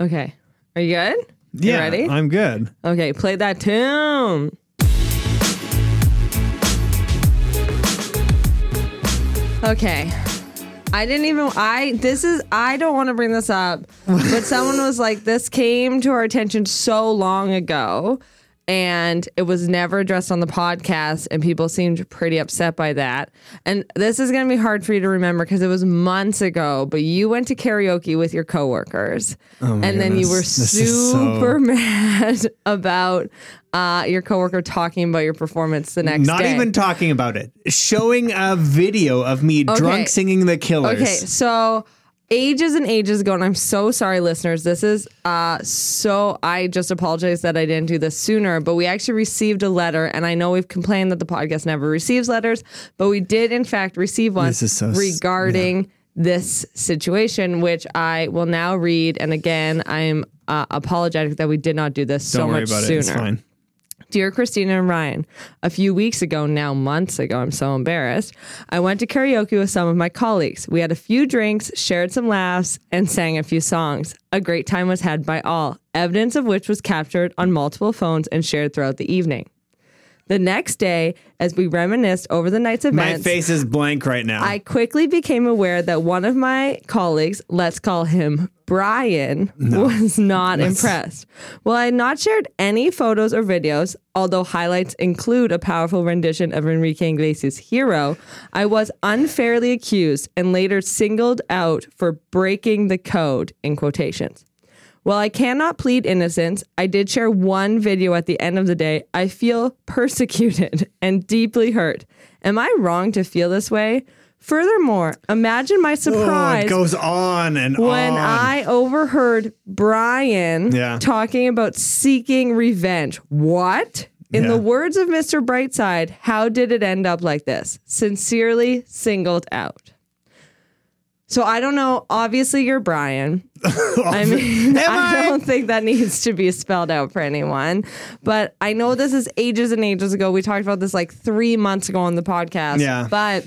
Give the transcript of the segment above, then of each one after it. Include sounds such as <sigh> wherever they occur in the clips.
Okay. Are you good? Yeah, ready? I'm good. Okay, play that tune. Okay. I didn't even I this is I don't want to bring this up, but someone was like this came to our attention so long ago and it was never addressed on the podcast and people seemed pretty upset by that. And this is going to be hard for you to remember cuz it was months ago, but you went to karaoke with your coworkers and then you Oh goodness. were This is so- super mad <laughs> about uh, your coworker talking about your performance the next Not day. even talking about it. Showing a video of me drunk singing the killers. Okay, so ages and ages ago, and I'm so sorry, listeners. This is uh so I just apologize that I didn't do this sooner, but we actually received a letter, and I know we've complained that the podcast never receives letters, but we did in fact receive one This is so s- regarding this situation, which I will now read. And again, I'm uh, apologetic that we did not do this so Don't worry much about sooner. it. It's fine. Dear Christina and Ryan, a few weeks ago, now months ago, I'm so embarrassed, I went to karaoke with some of my colleagues. We had a few drinks, shared some laughs, and sang a few songs. A great time was had by all, evidence of which was captured on multiple phones and shared throughout the evening. The next day, as we reminisced over the night's My events, face is blank right now. I quickly became aware that one of my colleagues, let's call him Brian, was not impressed. Well, I had not shared any photos or videos, although highlights include a powerful rendition of Enrique Iglesias' Hero, I was unfairly accused and later singled out for breaking the code, in quotations. While I cannot plead innocence, I did share one video at the end of the day. I feel <laughs> persecuted and deeply hurt. Am I wrong to feel this way? Furthermore, imagine my oh, it surprise goes on and when on. I overheard Brian Yeah. talking about seeking revenge. What? In Yeah. the words of Mr. Brightside, how did it end up like this? Sincerely singled out. So I don't know. Obviously, you're <laughs> Brian. I mean, Am I I? don't think that needs to be spelled out for anyone. But I know this is ages and ages ago. We talked about this like three months ago on the podcast. Yeah. But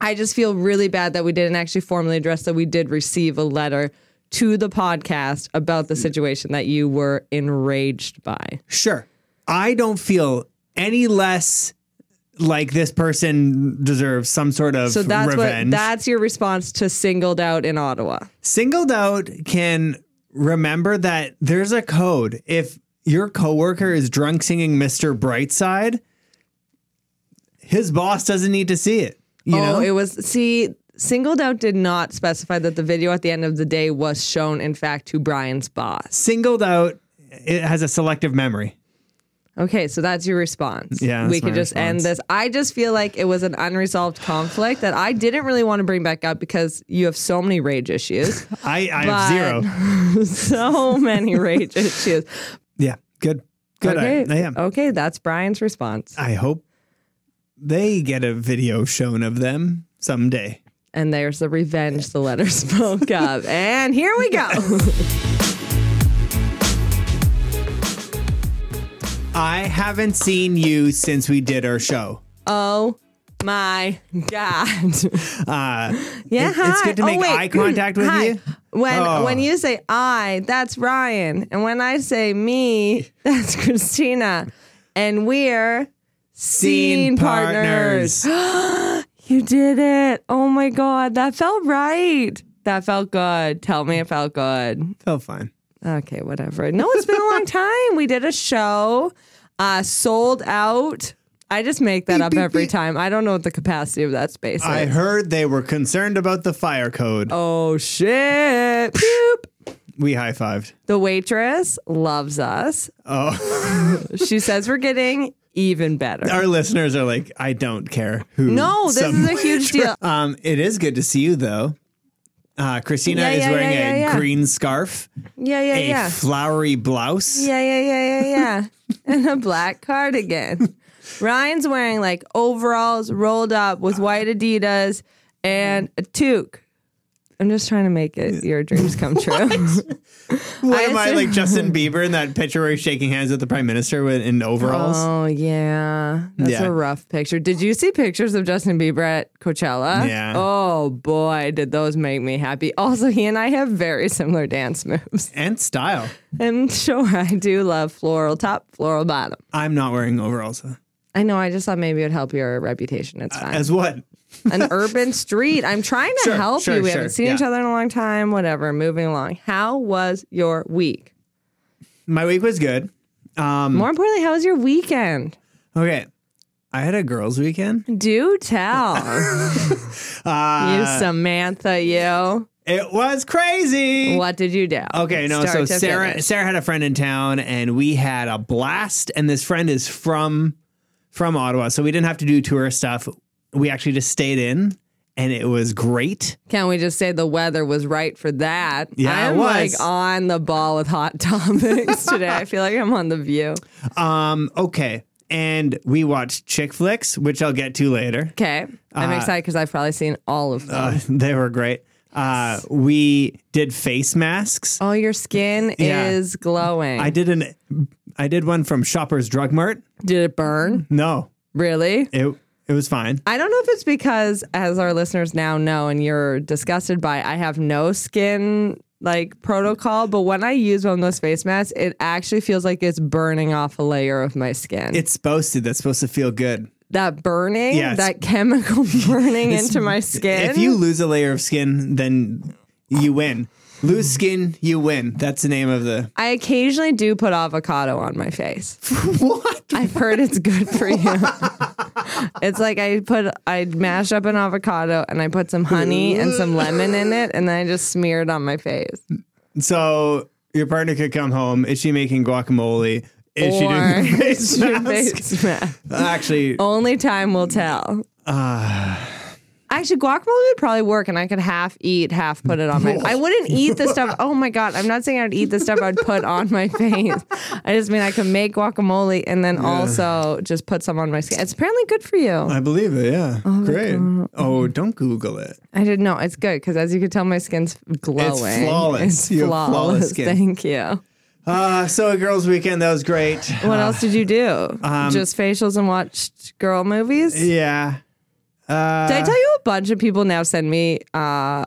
I just feel really bad that we didn't actually formally address that we did receive a letter to the podcast about the situation that you were enraged by. Sure. I don't feel any less like this person deserves some sort of So that's revenge. what that's your response to singled out in Ottawa. Singled out can remember that there's a code. If your coworker is drunk singing Mr. Brightside, his boss doesn't need to see it. You oh, know? it was see singled out did not specify that the video at the end of the day was shown in fact to Brian's boss. Singled out it has a selective memory. Okay, so that's your response. Yeah, that's we could my just end response. this. I just feel like it was an unresolved conflict that I didn't really want to bring back up because you have so many rage <laughs> issues. I, I have zero. zero. so many rage issues. Yeah. Good. Good. okay. I, I am. Okay, that's Brian's response. I hope they get a video shown of them someday. And there's the revenge the letter <laughs> spoke of. And here we <laughs> go. I haven't seen you since we did our show. oh my God. Yeah, Uh, it- it's hi. good to make oh, wait. eye contact with Hi. you. When Oh. when you say I, that's Ryan, and when I say me, <laughs> that's Christina, and we're scene Scene partners. partners. You did it! Oh my god, that felt right. That felt good. Tell me it felt good. Felt fine. Okay, whatever. No, it's been a <laughs> long time. We did a show, uh, sold out. I just make that up every time. I don't know what the capacity of that space is. I heard they were concerned about the fire code. oh shit! Boop. We high fived. The waitress loves us. Oh, <laughs> She says we're getting even better. our listeners are like, I don't care who. No, this some- is a <laughs> huge deal. Um, it is good to see you though. Uh, Christina Yeah, is yeah, wearing yeah, a yeah, yeah. green scarf, Yeah, yeah, a yeah. flowery blouse. Yeah, yeah, yeah, yeah, yeah. <laughs> and a black cardigan. Ryan's wearing Uh-huh. like overalls rolled up with white Adidas and a toque. I'm just trying to make it your dreams <laughs> come true. What I am I assume- <laughs> like Justin Bieber in that picture where he's shaking hands with the prime minister with, in overalls? oh yeah, that's Yeah. a rough picture. Did you see pictures of Justin Bieber at Coachella? Yeah. Oh boy, did those make me happy. Also, he and I have very similar dance moves. and style. And <laughs> sure, I do love floral top, floral bottom. I'm not wearing overalls. huh? I know. I just thought maybe it would help your reputation. It's fine. As what? <laughs> An urban street. I'm trying to Uh, Sure, help sure, you. We sure, haven't seen yeah. each other in a long time. Whatever. Moving along. How was your week? My week was good. Um, More importantly, how was your weekend? okay. I had a girls' weekend. Do tell. you <laughs> Uh, Samantha, you. it was crazy. What did you do? Okay, no. Start so to Sarah, finish. Sarah had a friend in town, and we had a blast. And this friend is from from Ottawa, so we didn't have to do tourist stuff. We actually just stayed in, and it was great. Can we just say the weather was right for that? Yeah, it I'm was. like on the ball with hot <laughs> topics today. I feel like I'm on the view. Um, okay, and we watched chick flicks, which I'll get to later. Okay. I'm excited because I've probably seen all of them. Uh, <laughs> they were great. Uh, we did face masks. oh, your skin Yeah. is glowing. I did an, I did one from Shoppers Drug Mart. Did it burn? No, Really? it it was fine. I don't know if it's because, as our listeners now know, and you're disgusted by, I have no skin like protocol. But when I use one of those face masks, it actually feels like it's burning off a layer of my skin. It's supposed to. That's supposed to feel good. that burning, Yeah, it's- that chemical <laughs> burning into my skin. If you lose a layer of skin, then you win. Lose skin, you win. That's the name of the. I occasionally do put avocado on my face. What? I've heard it's good for you. <laughs> it's like I put I mash up an avocado and I put some honey and some lemon in it and then I just smear it on my face. So your partner could come home. Is she making guacamole? Is she Or doing <laughs> face <laughs> your mask? face mask. Actually, Only time will tell. Uh. Actually, guacamole would probably work, and I could half eat, half put it on my. <laughs> I wouldn't eat the stuff. Oh my god! I'm not saying I'd eat the stuff I'd put on my face. I just mean I could make guacamole and then also just put some on my skin. It's apparently good for you. I believe it. Yeah, great. Oh, don't Google it. I didn't know it's good because, as you can tell, my skin's glowing. flawless. It's You have flawless. flawless skin. Thank you. Uh, so a girls' weekend that was great. What else did you do? um, just facials and watched girl movies. Yeah. Uh, Did I tell you a bunch of people now send me uh,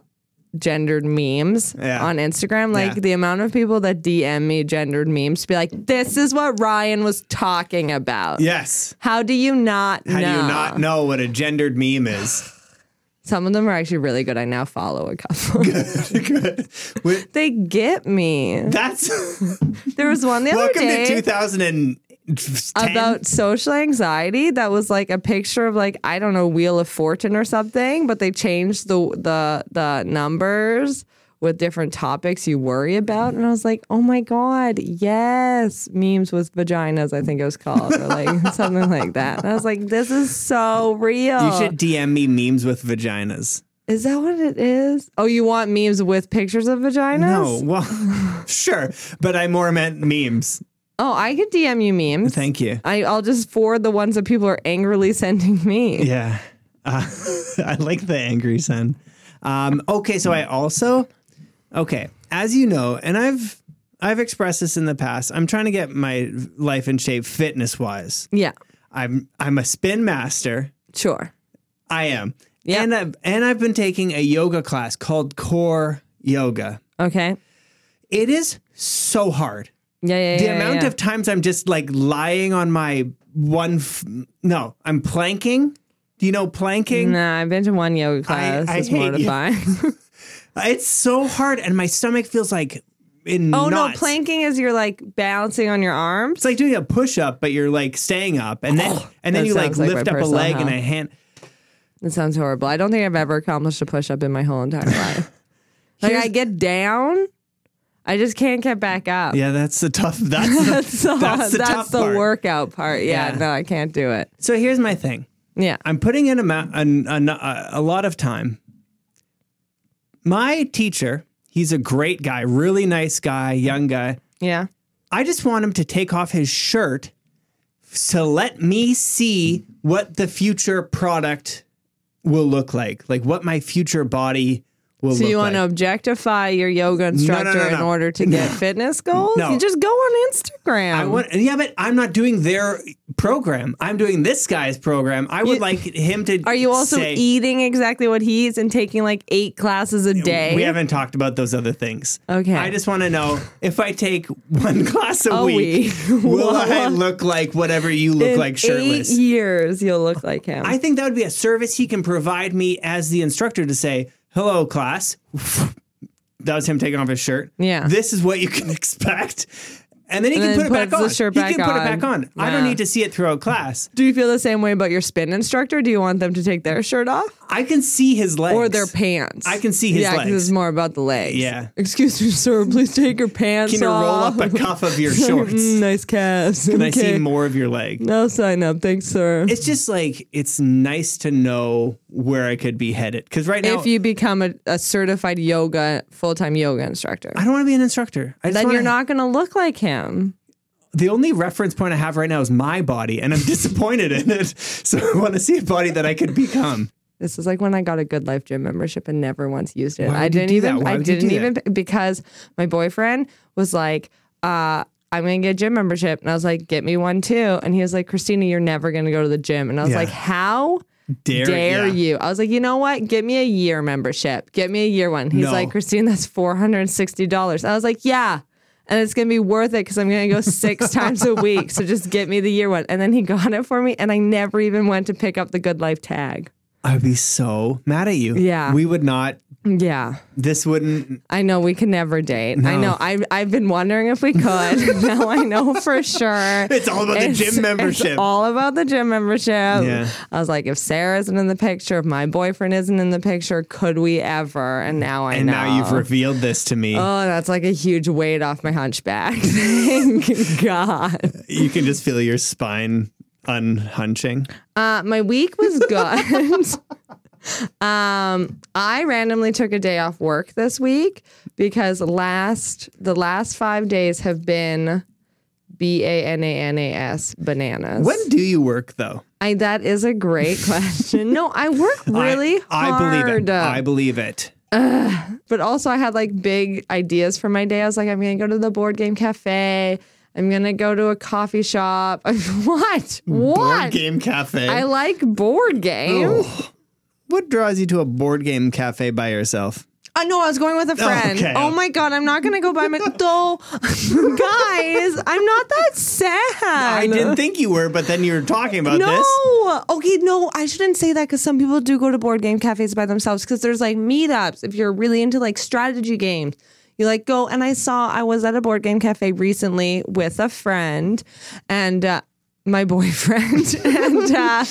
gendered memes Yeah. on Instagram? Like Yeah. the amount of people that DM me gendered memes to be like, this is what Ryan was talking about. yes. How do you not How know? do you not know what a gendered meme is? <laughs> Some of them are actually really good. I now follow a couple. Good. We- <laughs> they get me. That's There was one the other welcome day. to 2010. about social anxiety that was like a picture of like I don't know Wheel of Fortune or something, but they changed the the the numbers with different topics you worry about, and I was like, oh my god, yes, memes with vaginas, I think it was called, or like <laughs> something like that. And I was like, this is so real. you should DM me memes with vaginas. Is that what it is? Oh, you want memes with pictures of vaginas? No, well, <laughs> sure, but I more meant memes. Oh, I could DM you memes. Thank you. I, I'll just forward the ones that people are angrily <laughs> sending me. Yeah, uh, <laughs> I like the angry sun. Um, okay, so I also okay, as you know, and I've I've expressed this in the past. I'm trying to get my life in shape, fitness wise. yeah I'm I'm a spin master. sure. I am. Yeah. And I've, and I've been taking a yoga class called Core Yoga. Okay. It is so hard. Yeah, yeah, The yeah, amount yeah. of times I'm just like lying on my one, f- no, I'm planking. Do you know planking? Nah, I've been to one yoga I- class. I it's hate you. mortifying. <laughs> It's so hard, and my stomach feels like in oh no, knots. planking is you're like balancing on your arms. It's like doing a push up, but you're like staying up, and then and then Oh, That you like sounds like my lift up a personal leg and a hell. hand. That sounds horrible. I don't think I've ever accomplished a push up in my whole <laughs> entire life. like I get down, I just can't get back up. <laughs> Yeah, that's the tough. <laughs> That's the, So that's the tough part. workout part. Yeah, Yeah. no, I can't do it. so here's my thing. Yeah. I'm putting in a, ma- an, an, a, a lot of time. My teacher, he's a great guy, really nice guy, young guy. Yeah. I just want him to take off his shirt to let me see what the future product will look like, like what my future body will So look you want like. to objectify your yoga instructor in no. order to get fitness goals? No. You just go on Instagram. I want, yeah, but I'm not doing their program. I'm doing this guy's program. I would You- like him to. Are you also E say- eating exactly what he eats and taking like eight classes a day? We haven't talked about those other things. Okay. I just want to know if I take one <laughs> class a, A week, week. <laughs> will I look like whatever you look In like shirtless? Eight years, you'll look like him. I think that would be a service he can provide me as the instructor to say, hello, class. <laughs> that was him taking off his shirt. Yeah. This is what you can <laughs> expect. And then he And can then put it back puts on. the shirt he back can put it back on. on. I don't Yeah. need to see it throughout class. Do you feel the same way about your spin instructor? Do you want them to take their shirt off I can see his legs. or <laughs> their pants? I can see his yeah, 'cause legs. it's more about the legs. Yeah. Excuse me, sir. Please take your pants Can you roll off. up a cuff of <laughs> your shorts? Mm, nice calves. Can I okay. see more of your leg? I'll sign up. Thanks, sir. It's just like it's nice to know where I could be headed. Because right now, if you become a, a certified yoga full time yoga instructor, I don't want to be an instructor. I just then wanna- you're not going to look like him. The only reference point I have right now is my body, and I'm <laughs> disappointed in it. So I want to see a body that I could become. This is like when I got a Good Life gym membership and never once used it. Why I would you didn't do even. that? Why I would you didn't do even because my boyfriend was like, uh, "I'm gonna get a gym membership," and I was like, "Get me one too." And he was like, "Christina, you're never gonna go to the gym." And I was Yeah. like, "How Dare, dare yeah. you?" I was like, "You know what? Get me a year membership. Get me a year one." He's No. like, "Christine, that's four hundred and sixty dollars." I was like, "Yeah." And it's gonna be worth it because I'm gonna go <laughs> six times a week. So just get me the year one. And then he <laughs> got it for me, and I never even went to pick up the Good Life tag. I'd be so mad at you. Yeah. we would not. Yeah. This wouldn't. I know we can never date. I know. I I've been wondering if we could. <laughs> now I know for sure. <laughs> It's all about the gym membership. It's all about the gym membership. Yeah. I was like, if Sarah isn't in the picture, if my boyfriend isn't in the picture, could we ever? And now I And know. now you've revealed this to me. Oh, that's like a huge weight off my hunchback. <laughs> Thank God. you can just feel your spine unhunching. Uh, my week <laughs> was good. <laughs> Um, I randomly took a day off work this week because last the last five days have been B A N A N A S bananas. When do you work though? I, that is a great question. no, I work really <laughs> I, hard. I believe it. I believe it. but also I had like big ideas for my day. I was like, I'm gonna go to the board game cafe. I'm gonna go to a coffee shop. <laughs> what? Board What? game Oh, cafe. I like board games. what draws you to a board game cafe by yourself? Uh, no, I was going with a friend. okay. Oh my god, I'm not gonna go by my <laughs> though, guys. I'm not that sad. I didn't think you were, but then you were talking about No. this. Okay, no, I shouldn't say that because some people do go to board game cafes by themselves because there's like meetups. If you're really into like strategy games, you like go. And I saw I was at a board game cafe recently with a friend and uh, my <laughs> boyfriend. and uh,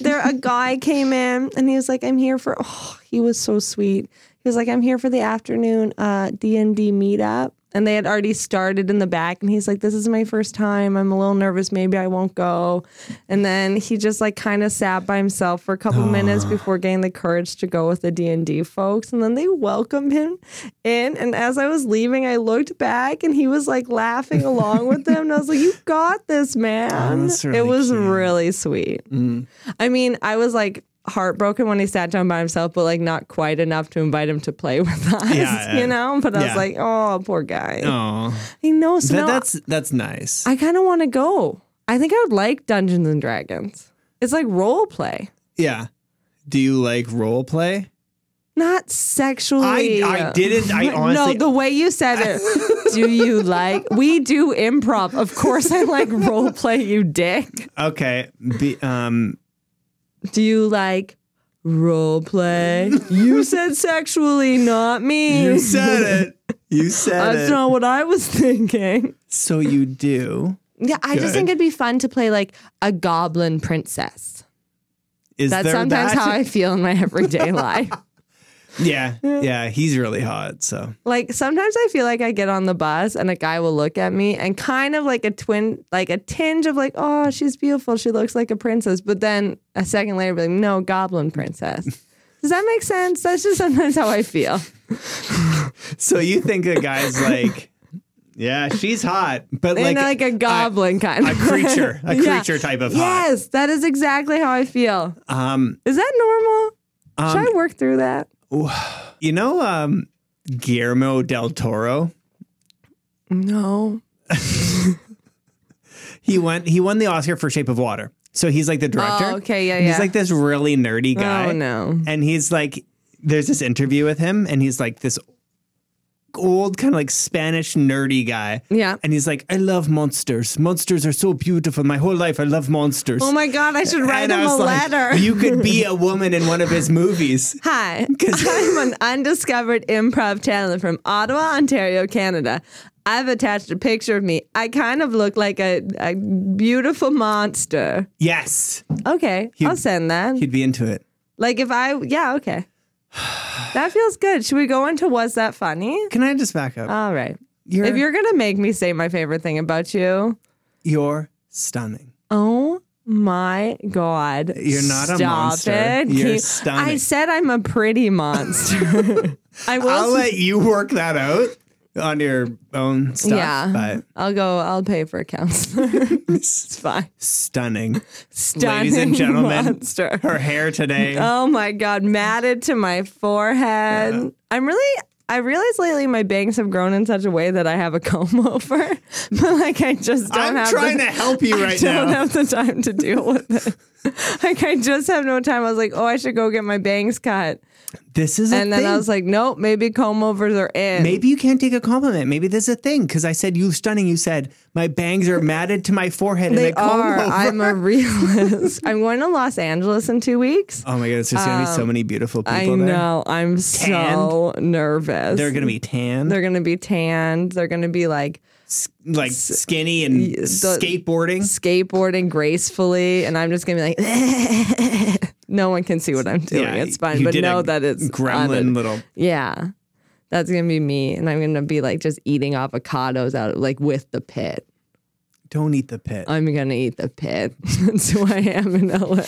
there, a guy came in and he was like, I'm here for, oh, he was so sweet. He was like, I'm here for the afternoon uh, D&D meetup. And they had already started in the back. And he's like, this is my first time. I'm a little nervous. Maybe I won't go. And then he just like kind of sat by himself for a <sighs> couple minutes before getting the courage to go with the D&D folks. And then they welcomed him in. And as I was leaving, I looked back and he was like laughing along with them. And I was like, <laughs> you got this, man. that's really it was cute. Mm-hmm. really sweet. I mean, I was like heartbroken when he sat down by himself, but like not quite enough to invite him to play <laughs> with us, Yeah, yeah. you know? But I Yeah. was like, oh, poor guy. Oh, I know. So now that's that's nice. I kind of want to go. I think I would like Dungeons and Dragons. It's like role play, yeah. Do you like role play? not sexually. I I didn't. I Oh, no, honestly. the way you said <laughs> it. do you like? We do improv. Of course, I like role play, you dick. okay. Be, <laughs> um. Do you like role play? <laughs> You said sexually, not me. You said it. You said That's it. not what I was thinking. so you do. Yeah, I just think it'd be fun to play like a goblin princess. Is That's there sometimes that? how I feel in my everyday <laughs> life. Yeah. Yeah. He's really hot. So Like sometimes I feel like I get on the bus and a guy will look at me and kind of like a twin, like a tinge of like, oh, she's beautiful. She looks like a princess. But then a second later, be like, no, goblin princess. Does that make sense? That's just sometimes how I feel. so you think a guy's like, yeah, she's hot, but Like, like and like a goblin kind a of <laughs> creature, a Yeah. creature type of hot. Yes, that is exactly how I feel. Um. Is that normal? um Should I work through that? You know, um, Guillermo del Toro. No. He went. He won the Oscar for Shape of Water. So he's like the director. Oh, okay, yeah, And He's yeah. like this really nerdy guy. Oh no. and he's like there's this interview with him and he's like this old kind of like spanish nerdy guy Yeah. and he's like i love monsters monsters are so beautiful my whole life i love monsters Oh my god, I should write And him I a was like, letter. you could be <laughs> a woman in one of his movies <laughs> Hi, <laughs> I'm an undiscovered improv talent from Ottawa, Ontario, Canada. I've attached a picture of me. I kind of look like a, a beautiful monster. yes Okay, I'll send that. he'd be into it Like if I, yeah, okay. <sighs> That feels good. Should we go into was that funny? can i just back up All right. you're, Uh, if you're you're gonna make me say my favorite thing about you, stunning oh my god, You're not a Stop monster. It. You're Can you- I stunning. said I'm a pretty <laughs> monster. I will. i'll let you work that out on your own stuff yeah, but I'll go. I'll pay for a <laughs> counselor. it's fine. stunning Stunning and gentlemen. monster. her <laughs> hair today Oh my god, matted to my forehead. I'm really I realize lately my bangs have grown in such a way that I have a comb <laughs> over, but like I just don't i'm have <laughs> trying the, to help you right don't now have the time to deal with it. <laughs> like I just have no time. I was like, oh, I should go get my bangs cut, this is <laughs> a and then thing. I was like, nope, maybe comb overs are in. Maybe you can't take a compliment. Maybe this is a thing because I said you stunning. You said my bangs are matted to my forehead they and I comb are. over. I'm a realist. I'm going to Los Angeles in two weeks. <laughs> oh my goodness, there's gonna be so many beautiful people Um, I there. know. I'm so nervous. They're gonna be tan, They're gonna be tanned. They're gonna be like s- like skinny and skateboarding. skateboarding gracefully, and I'm just gonna be like, <laughs> no one can see what I'm doing. Yeah, it's fine, you but did a know that it's gremlin on it. little. Yeah, that's gonna be me, and I'm gonna be like just eating avocados out of like with the pit. Don't eat the pit. I'm gonna eat the pit. <laughs> that's who I am in LA.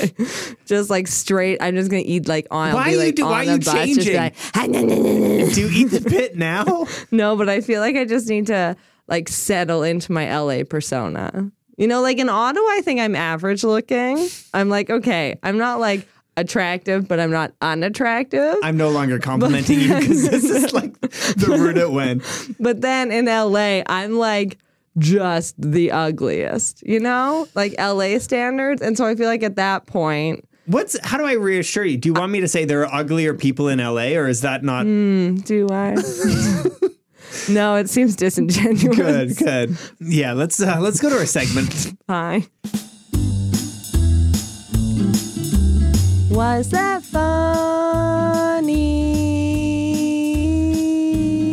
just like straight. I'm just gonna eat like on. I'll Why be, you like, do- on why a you bus, just be changing? like, Do you eat the pit <laughs> now? No, but I feel like I just need to like settle into my LA persona. You know, like in Ottawa, I think I'm average looking. I'm like, okay, I'm not like attractive, but I'm not unattractive. I'm no longer complimenting <laughs> you because this is like the route it went. But then in LA, I'm like just the ugliest, you know, like LA standards. And so I feel like at that point, What's how do I reassure you? Do you want me to say there are uglier people in LA or is that not do <laughs> I? no, it seems disingenuous. good? Good. Yeah, let's uh, let's go to our segment. Hi. Was that funny?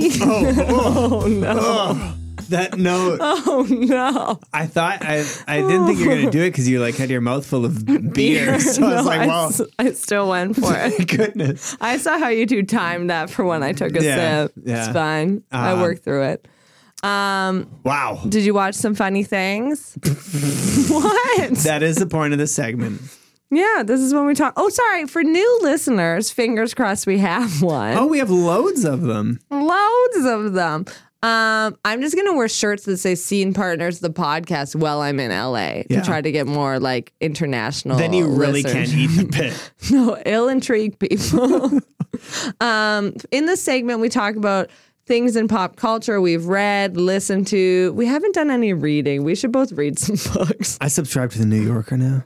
<laughs> <laughs> Oh, no. that note. Oh no. I thought I I didn't think you were gonna do it because you like had your mouth full <laughs> of beer. So I <laughs> No, was like, wow, <laughs> s- I still went for it. goodness. I saw how you two timed that for when I took a Yeah, sip. yeah. Um, It's fine. I worked through it. Wow. Did you watch some funny <laughs> things? <laughs> what? That is the point of the segment. yeah, this is when we talk. Oh, sorry. For new listeners, fingers crossed we have <laughs> one. Oh, we have loads of them. Oh. loads of them. Um, I'm just gonna wear shirts that say "Scene Partners," the podcast, while I'm in LA Yeah. to try to get more like international. Then you really listeners. can't eat the pit. <laughs> No, ill intrigue people. um, in this segment, we talk about things in pop culture we've read, listened to. We haven't done any reading. We should both read some <laughs> books. <laughs> I subscribe to the New Yorker now.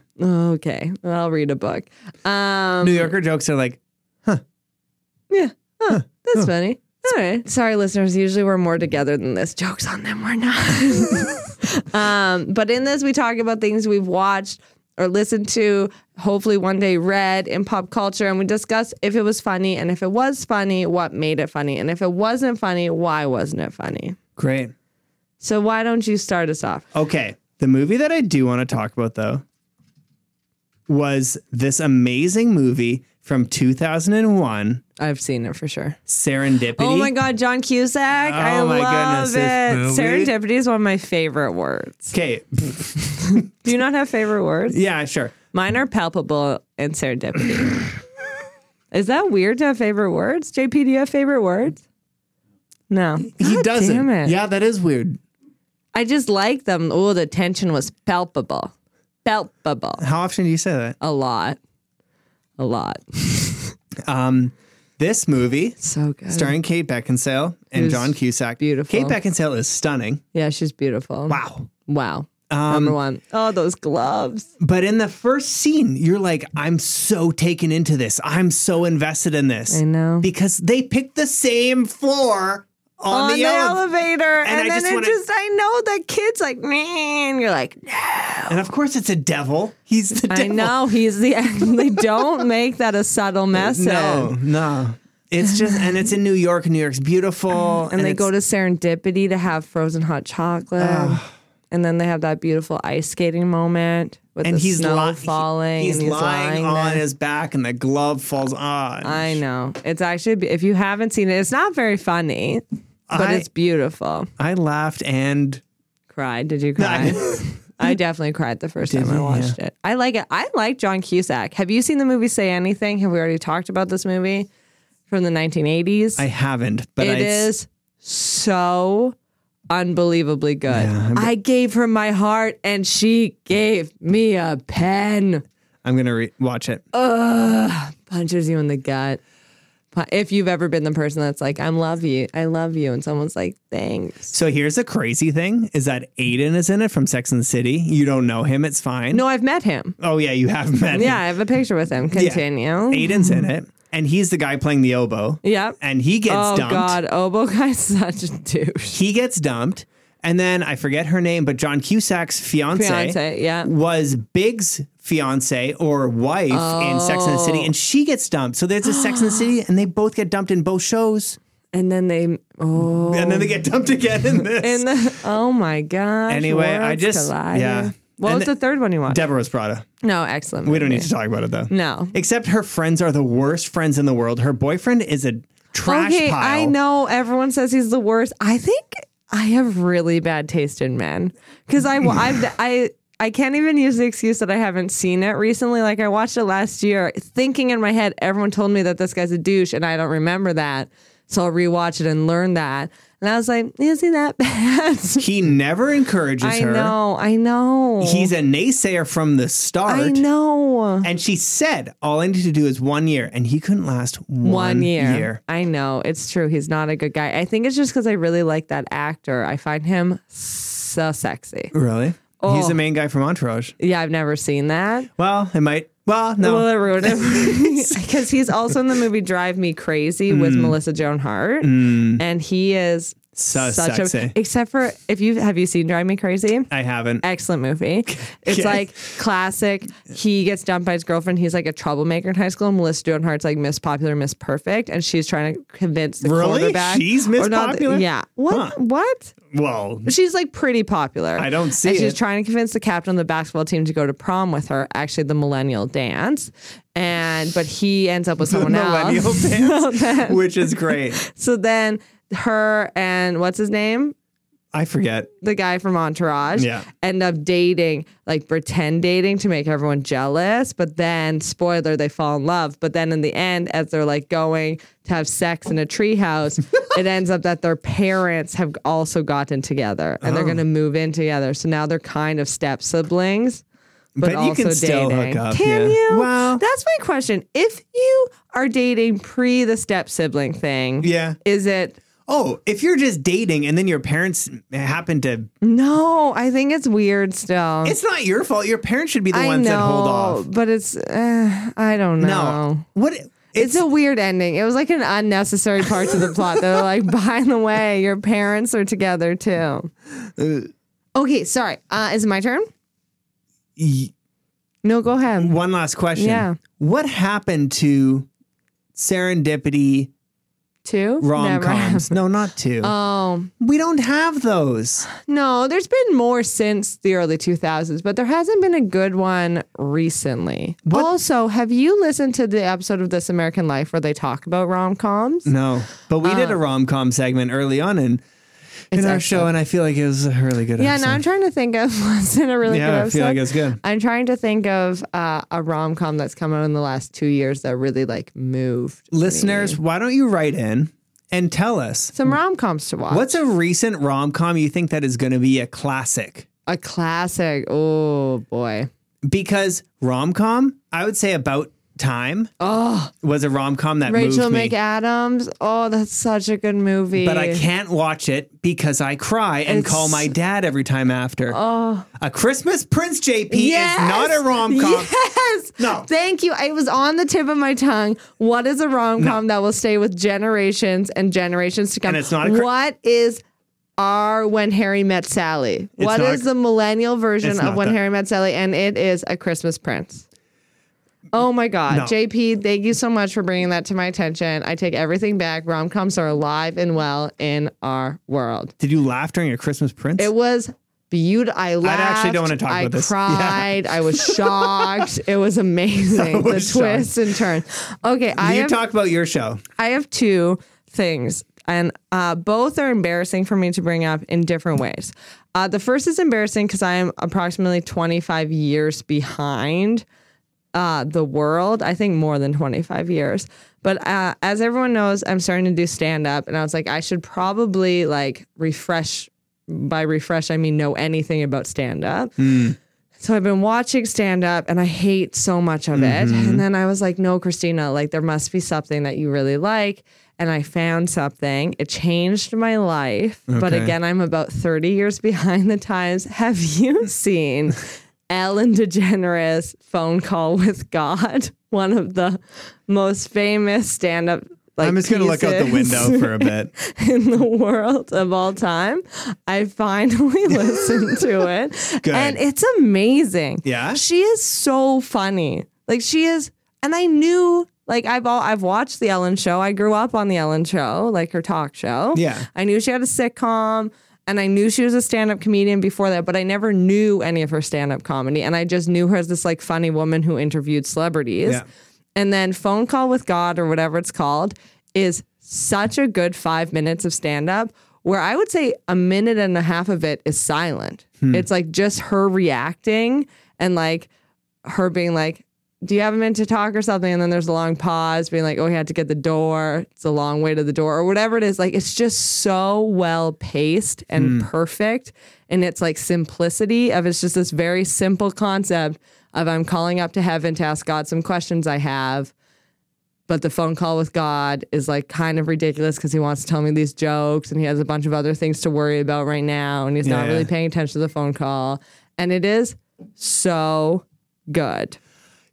Okay, I'll read a book. Um, New Yorker jokes are like, Yeah. Huh. That's funny. All right. Sorry, listeners. Usually we're more together than this. Jokes on them, we're <laughs> not. um, but in this, we talk about things we've watched or listened to, hopefully one day read in pop culture. And we discuss if it was funny and if it was funny, what made it funny. And if it wasn't funny, why wasn't it funny? great. So why don't you start us off? Okay. The movie that I do want to talk about though was this amazing movie from 2001, I've seen it for sure. Serendipity. Oh my God, John Cusack. I Oh my love goodness, this it. movie. Serendipity is one of my favorite words. Okay. <laughs> Do you not have favorite words? Yeah, sure. Mine are palpable and serendipity. Is that weird to have favorite words? JP, do you have favorite words? No. He doesn't. damn it. Yeah, that is weird. I just like them. Oh, the tension was palpable. Palpable. How often do you say that? A lot. A lot. Um, This movie, So good. starring Kate Beckinsale and Who's John Cusack. Mm. beautiful. Kate Beckinsale is stunning. yeah, she's beautiful. Wow. Um, Wow. Number one. Oh, those gloves. But in the first scene, you're like, I'm so taken into this. I'm so invested in this. I know. Because they picked the same floor on, the, elevator. elevator. And, I then just it wanna- just, I know the kid's like, man, you're like, And of course, it's a devil. He's the I devil. know he's the. <laughs> They don't make that a subtle message. No, no. It's just, and it's in New York. New York's beautiful. <laughs> And, they it's- go to Serendipity to have frozen hot chocolate, and then they have that beautiful ice skating moment with and the he's snow li- he- falling. He's, and he's lying, on there. his back, and the glove falls on. I know it's actually if you haven't seen it, it's not very funny, but I- it's beautiful. I laughed and Cried? Did you <laughs> cry? I definitely cried the first time I you? watched it. I like it. I like John Cusack. Have you seen the movie Say Anything? Have we already talked about this movie from the 1980s? I haven't, but I, It is so unbelievably good. I gave her my heart and she gave me a pen. I'm gonna re- watch it. Oh. Punches you in the gut. Pu- If you've ever been the person that's like, I love you, I love you, and someone's like, thanks. So here's a crazy thing: is that Aiden is in it from Sex and the City. You don't know him; it's fine. No, I've met him. Oh yeah, you have met. him. Yeah, I have a picture with him. Yeah. Continue. Aiden's in it, and he's the guy playing the oboe. Yep. And he gets oh dumped. God, Obo guy's <laughs> such a douche. He gets dumped, and then I forget her name, but John Cusack's fiance, Fiance, yeah. was Big's fiance or wife in Sex and the City, and she gets dumped. So there's a Sex and the City, and they both get dumped in both shows, And then they, oh, <laughs> and then they get dumped again in this. and the, oh my gosh. Anyway, I worlds just- colliding. yeah. What And was the third one you watched? Deborah's Prada. No, excellent. We don't need to talk about it though. No. Except her friends are the worst friends in the world. Her boyfriend is a trash okay, pile. I know everyone says he's the worst. I think I have really bad taste in men because I, <laughs> I've, I, I can't even use the excuse that I haven't seen it recently. Like I watched it last year, thinking in my head, everyone told me that this guy's a douche, and I don't remember that. So I'll rewatch it and learn that. And I was like, is he that <laughs> bad? He never encourages I her. know, I know. He's a naysayer from the start. I know. And she said, "All I need to do is one year," and he couldn't last one, one year. I know it's true. He's not a good guy. I think it's just because I really like that actor. I find him so sexy. Really? He's Oh. the main guy from Entourage. Yeah, I've never seen that. Well, it might. Well, no. Will it ruin it? <laughs> <laughs> Because he's also in the movie Drive Me Crazy with Mm. Melissa Joan Hart, and he is So such sexy. a. Except for if you have you seen Drive Me Crazy? I haven't. excellent <laughs> movie. It's Okay. like classic. He gets dumped by his girlfriend. He's like a troublemaker in high school. And Melissa Joan Hart's like Miss Popular, Miss Perfect, and she's trying to convince the Really? quarterback. She's Miss or not- Popular? Yeah. What? Huh. What? Well, She's like pretty popular. I don't see And she's it. trying to convince the captain of the basketball team to go to prom with her. Actually, the millennial dance. And but he ends up with <laughs> someone <laughs> millennial else. dance, which is great. So then her and what's his name? I forget. the guy from Entourage Yeah. end up dating, like pretend dating to make everyone jealous. But then, spoiler, they fall in love. But then in the end, as they're like going to have sex in a <laughs> treehouse, it ends up that their parents have also gotten together and they're Oh. going to move in together. So now they're kind of step siblings. But, But also you can still dating. hook up, Can yeah. you? Well- that's my question. If you are dating pre the step sibling thing, Yeah. is it Oh, if you're just dating and then your parents happen to, no? I think it's weird still. it's not your fault. Your parents should be the ones that hold off. but it's uh, I don't know. No. What? It's, a weird ending. It was like an unnecessary part to the plot. They're like, <laughs> by the way, your parents are together too. Uh, Okay, sorry. Uh, is it my turn? Y- No, go ahead. one last question. Yeah. What happened to serendipity Two rom Never. coms? <laughs> No, not two. Oh we don't have those. no, there's been more since the early 2000s, but there hasn't been a good one recently. Also, have you listened to the episode of This American Life where they talk about rom coms? No, but we uh, did a rom com segment early on in in our show, and I feel like it was a really good. Yeah, episode. now I'm trying to think of <laughs> was it a really Yeah, good I episode? feel like it's good. I'm trying to think of uh, a rom com that's come out in the last two years that really like moved me. Listeners, why don't you write in and tell us Some rom coms to watch. what's a recent rom com you think that is going to be a classic? a classic? Oh boy, Because rom com, I would say about Time oh. was a rom com that Ah. Rachel moved me. McAdams. Oh, that's such a good movie. but I can't watch it because I cry and It's- Ah. call my dad every time after. A Christmas Prince JP Yes! is not a rom com. Yes. No. Thank you. It was on the tip of my tongue. What is a rom com that will stay with generations and generations to come? And it's not a cr- what is our When Harry Met Sally? What not a is cr- the millennial version It's of not When that. Harry Met Sally? And it is a Christmas Prince. Oh my God. No. JP, thank you so much for bringing that to my attention. I take everything back. Rom coms are alive and well in our world. Did you laugh during a Christmas Prince? It was beautiful. I laughed. actually don't wanna talk I about this. <laughs> Yeah. cried. I was shocked. it <laughs> was amazing. was the twists and turns. Okay, I you have talk about your show. I have two things, and uh, both are embarrassing for me to bring up in different ways. Uh, the first is embarrassing because I am approximately 25 years behind uh, the world. I think more than 25 years. But uh, as everyone knows, I'm starting to do stand up, and I was like, I should probably like refresh. By refresh, I mean know anything about stand up. So I've been watching stand up and I hate so much of it. Mm-hmm. And then I was like, no, Christina, like there must be something that you really like. And I found something. It changed my life. But Okay. again, I'm about 30 years <laughs> behind the times. Have you seen Ellen DeGeneres' phone call with God? <laughs> One of the most famous stand up. Like, I'm just going to look out the pieces window for <laughs> a bit. in the world of all time. I finally <laughs> listened to it. Good. And it's amazing. Yeah? She is so funny. Like she is and I knew like I've all I've watched the Ellen show. I grew up on the Ellen show, like her talk show. Yeah. I knew she had a sitcom and I knew she was a stand-up comedian before that, but I never knew any of her stand-up comedy. And I just knew her as this like funny woman who interviewed celebrities. Yeah. And then Phone Call with God or whatever it's called is such a good five minutes of stand up where I would say a minute and a half of it is silent. It's like just her reacting and like her being like, do you have a minute to talk or something? And then there's a long pause, being like, oh, he had to get the door. It's a long way to the door, or whatever it is. Like, it's just so well paced and perfect. And it's like simplicity of it's just this very simple concept of I'm calling up to heaven to ask God some questions I have. But the phone call with God is like kind of ridiculous because he wants to tell me these jokes and he has a bunch of other things to worry about right now. And he's not Yeah, really yeah. paying attention to the phone call. And it is so good.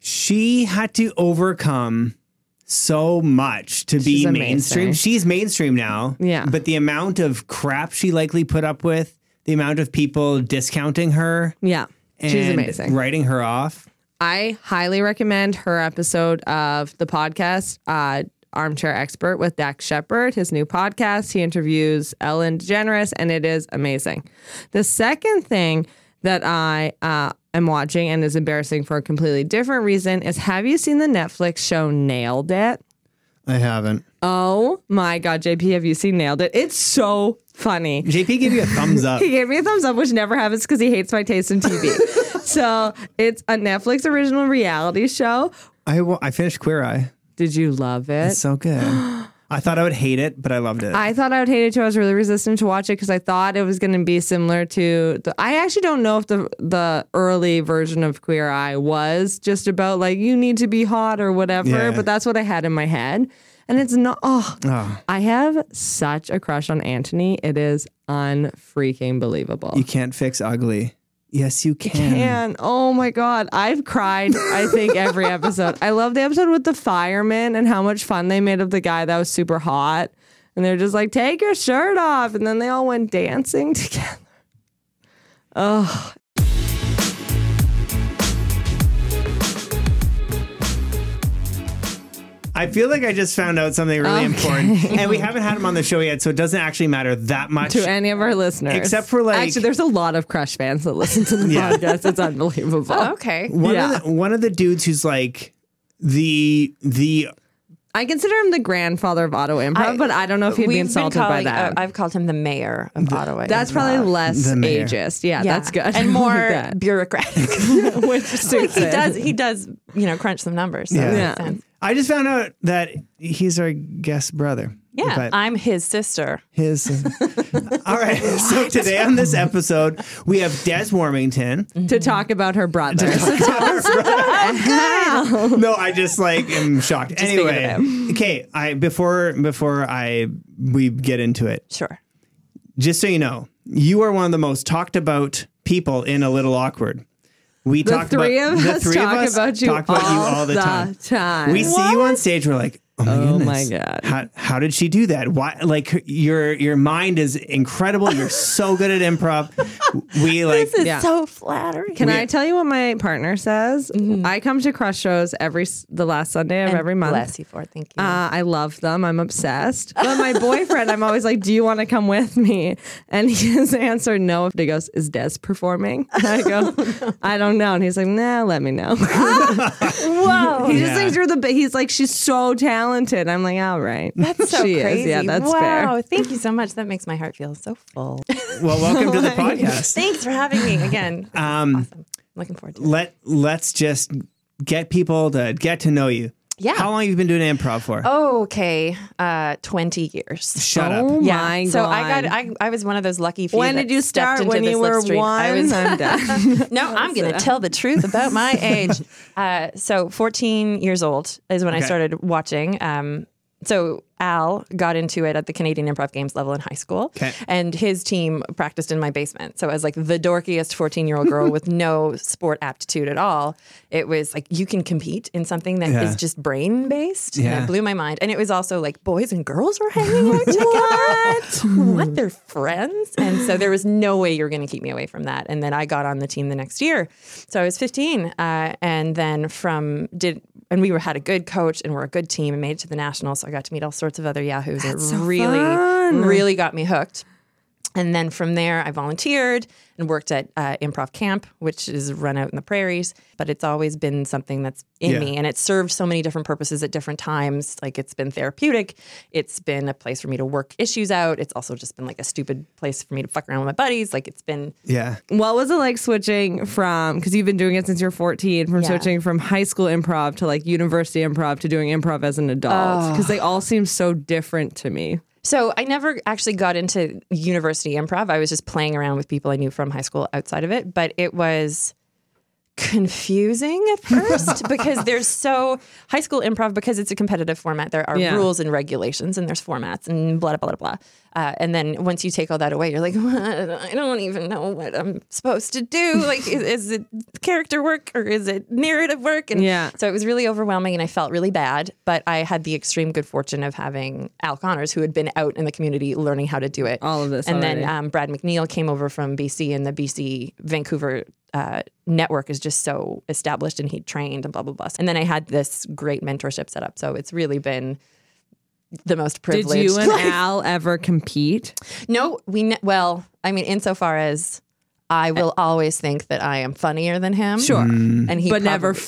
she had to overcome so much to She's be amazing. mainstream. She's mainstream now. Yeah. But the amount of crap she likely put up with, the amount of people discounting her Yeah. and She's amazing. writing her off. I highly recommend her episode of the podcast, uh, Armchair Expert with Dax Shepard, his new podcast. He interviews Ellen DeGeneres, and it is amazing. The second thing that I uh, am watching and is embarrassing for a completely different reason is have you seen the Netflix show Nailed It? I haven't. Oh my God, JP, have you seen Nailed It? It's so funny. JP gave you a <laughs> thumbs up. He gave me a thumbs up, which never happens because he hates my taste in <laughs> TV. so it's a Netflix original reality show I, wa- I finished Queer Eye. Did you love It's it? so good. <gasps> I thought I would hate it, but I loved it. I thought I would hate it too. I was really resistant to watch it because I thought it was going to be similar to. The, I actually don't know if the the early version of Queer Eye was just about like you need to be hot or whatever, Yeah. but that's what I had in my head, and it's not. Oh, Oh. I have such a crush on Anthony. It is unfreaking believable. you can't fix ugly. Yes, you can. Man, oh my God. I've cried, I think, <laughs> every episode. I love the episode with the firemen and how much fun they made of the guy that was super hot. And they're just like, take your shirt off. And then they all went dancing <laughs> together. I feel like I just found out something really important, <laughs> and we haven't had him on the show yet, so it doesn't actually matter that much. To any of our listeners. Except for, like- Actually, there's a lot of Crush fans that listen to the Yeah. podcast. It's unbelievable. Okay. one yeah. of the, one of the dudes who's like the the I consider him the grandfather of auto improv, I- but I don't know if he'd be insulted by calling, that. uh, I've called him the mayor of Ottawa. that's probably less The mayor. ageist. Yeah, Yeah. that's good. <laughs> I and more like that. <laughs> bureaucratic. <laughs> Which like suits he it. does, he does, you know, crunch some numbers. So Yeah. yeah. Yeah. I just found out that he's our guest brother. Yeah, But- I'm his sister. <laughs> His. All right. So today on this episode, we have Des Warmington. to talk about her brother. <laughs> Mm-hmm. no, I just like am shocked. think of anyway, okay. I before before I we get into it. Sure. Just so you know, you are one of the most talked about people in a little awkward. We The talked three about, of the us three talk of us about you talk about you all the time. time. We see you on stage. We're like, oh my, Oh goodness. my God. How, how did she do that? Why? Like your your mind is incredible. You're so good at improv. We like <laughs> This is Yeah. so flattering. Can I tell you what my partner says? Mm-hmm. I come to crush shows every s- the last Sunday of every month. Bless you for it. Thank you. Uh, I love them. I'm obsessed. But my boyfriend, I'm always like, "Do you want to come with me?" And <laughs> his answer, "No." He goes, "Is Des performing?" And I <laughs> go, Oh, "I don't know." And he's like, "Nah, let me know." Whoa. He Yeah. just thinks you're the. Ba- he's like, "She's so talented." I'm like, "All right, that's So she crazy. Is. Yeah, that's fair. wow. Thank you so much. That makes my heart feel so full. well. Welcome to the podcast. Thanks for having me again. Um, awesome. Looking forward to it. Let let's just get people to get to know you. Yeah. Oh, How long have you been doing improv for? Okay. Uh, 20 years. Shut up. Oh Yeah. my god! so I got I, I was one of those lucky few. when that did you start? stepped into When this you live were stream. one? I was I'm <laughs> done. No, I'm going to tell the truth about <laughs> my age. Uh, so, 14 years old is when I Okay. started watching. Um, so, Al got into it at the Canadian Improv Games level in high school. Okay. And his team practiced in my basement. So, as like the dorkiest 14 year old <laughs> girl with no sport aptitude at all, it was like you can compete in something that is Yeah. just brain based. And Yeah. it blew my mind. And it was also like boys and girls were hanging out together. what? what? They're friends? And so there was no way you were going to keep me away from that. And then I got on the team the next year. So I was 15. Uh, and then from did, and we were, had a good coach and we're a good team and made it to the nationals. So I got to meet all sorts of other Yahoos. it really, really got me hooked. And then from there, I volunteered and worked at uh, Improv Camp, which is run out in the prairies. But it's always been something that's in Yeah. me, and it served so many different purposes at different times. Like it's been therapeutic, it's been a place for me to work issues out. It's also just been like a stupid place for me to fuck around with my buddies. Like it's been Yeah. What was it like switching from because you've been doing it since you're 14 from Yeah. switching from high school improv to like university improv to doing improv as an adult because they all seem so different to me. So I never actually got into university improv. I was just playing around with people I knew from high school outside of it, but it was confusing <laughs> at first because there's so high school improv because it's a competitive format. There are Yeah. rules and regulations and there's formats and blah blah blah blah. Uh, and then once you take all that away, you're like, <laughs> what? I don't even know what I'm supposed to do. Like, is, is it character work or is it narrative work? And Yeah. so it was really overwhelming and I felt really bad, but I had the extreme good fortune of having Al Connors, who had been out in the community learning how to do it. All of this And already. then um, Brad McNeil came over from BC, and the BC Vancouver uh, network is just so established, and he trained and blah, blah, blah. And then I had this great mentorship set up. So it's really been the most Did privileged. you <laughs> and Al ever compete? No, we ne- well, I mean, insofar as I will always think that I am funnier than him. Sure. and he But never probably-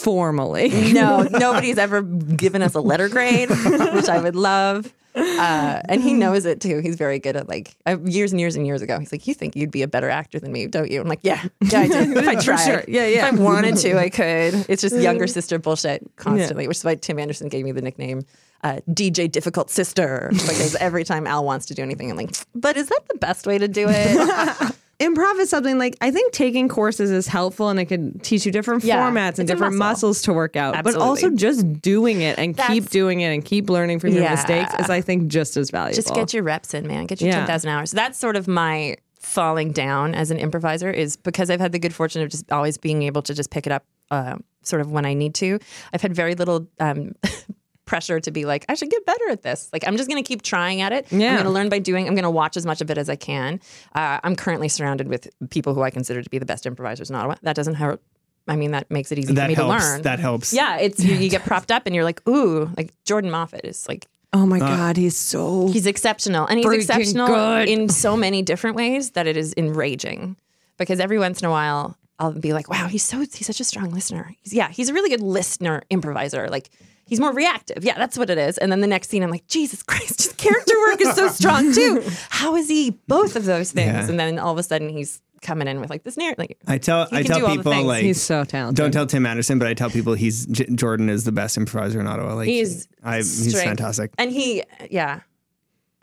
formally. No, nobody's ever given us a letter grade, which I would love. Uh, and he knows it too. He's very good at like I, years and years and years ago. He's like, "You think you'd be a better actor than me, don't you?" I'm like, "Yeah, yeah, <laughs> I do. If <laughs> I For tried, <laughs> sure. Yeah, yeah. If I wanted to, I could." It's just <laughs> younger sister bullshit constantly, which is why Tim Anderson gave me the nickname uh, DJ Difficult Sister because every time Al wants to do anything, I'm like, "But is that the best way to do <laughs> it?" improv is something like I think taking courses is helpful and it can teach you different Yeah, formats it's and a different muscle. muscles to work out. But Absolutely. also just doing it and keep That's- doing it and keep learning from your Yeah. mistakes is I think just as valuable. Just get your reps in, man. Get your Yeah. 10,000 hours. That's sort of my falling down as an improviser is because I've had the good fortune of just always being able to just pick it up uh, sort of when I need to. I've had very little um, <laughs> pressure to be like, I should get better at this. Like, I'm just going to keep trying at it. Yeah. I'm going to learn by doing. I'm going to watch as much of it as I can. Uh, I'm currently surrounded with people who I consider to be the best improvisers in Ottawa. That doesn't hurt. I mean, that makes it easy for That me helps. to learn. That helps. yeah, it's you, you get propped up and you're like, ooh, like Jordan Moffat is like oh my god, he's so He's exceptional, and he's Freaking exceptional good. in so many different ways that it is enraging. Because every once in a while, I'll be like, "Wow, he's so he's such a strong listener." He's, yeah, he's a really good listener improviser. Like he's more reactive. Yeah, that's what it is. And then the next scene, I'm like, "Jesus Christ, his character work is so strong too. How is he both of those things?" Yeah. and then all of a sudden, he's coming in with like this narrative. Like, I tell He I can do tell all the people things. like he's so talented. don't tell Tim Anderson, but I tell people he's J- Jordan is the best improviser in Ottawa. Like He's I, he's strength. fantastic. And he, yeah.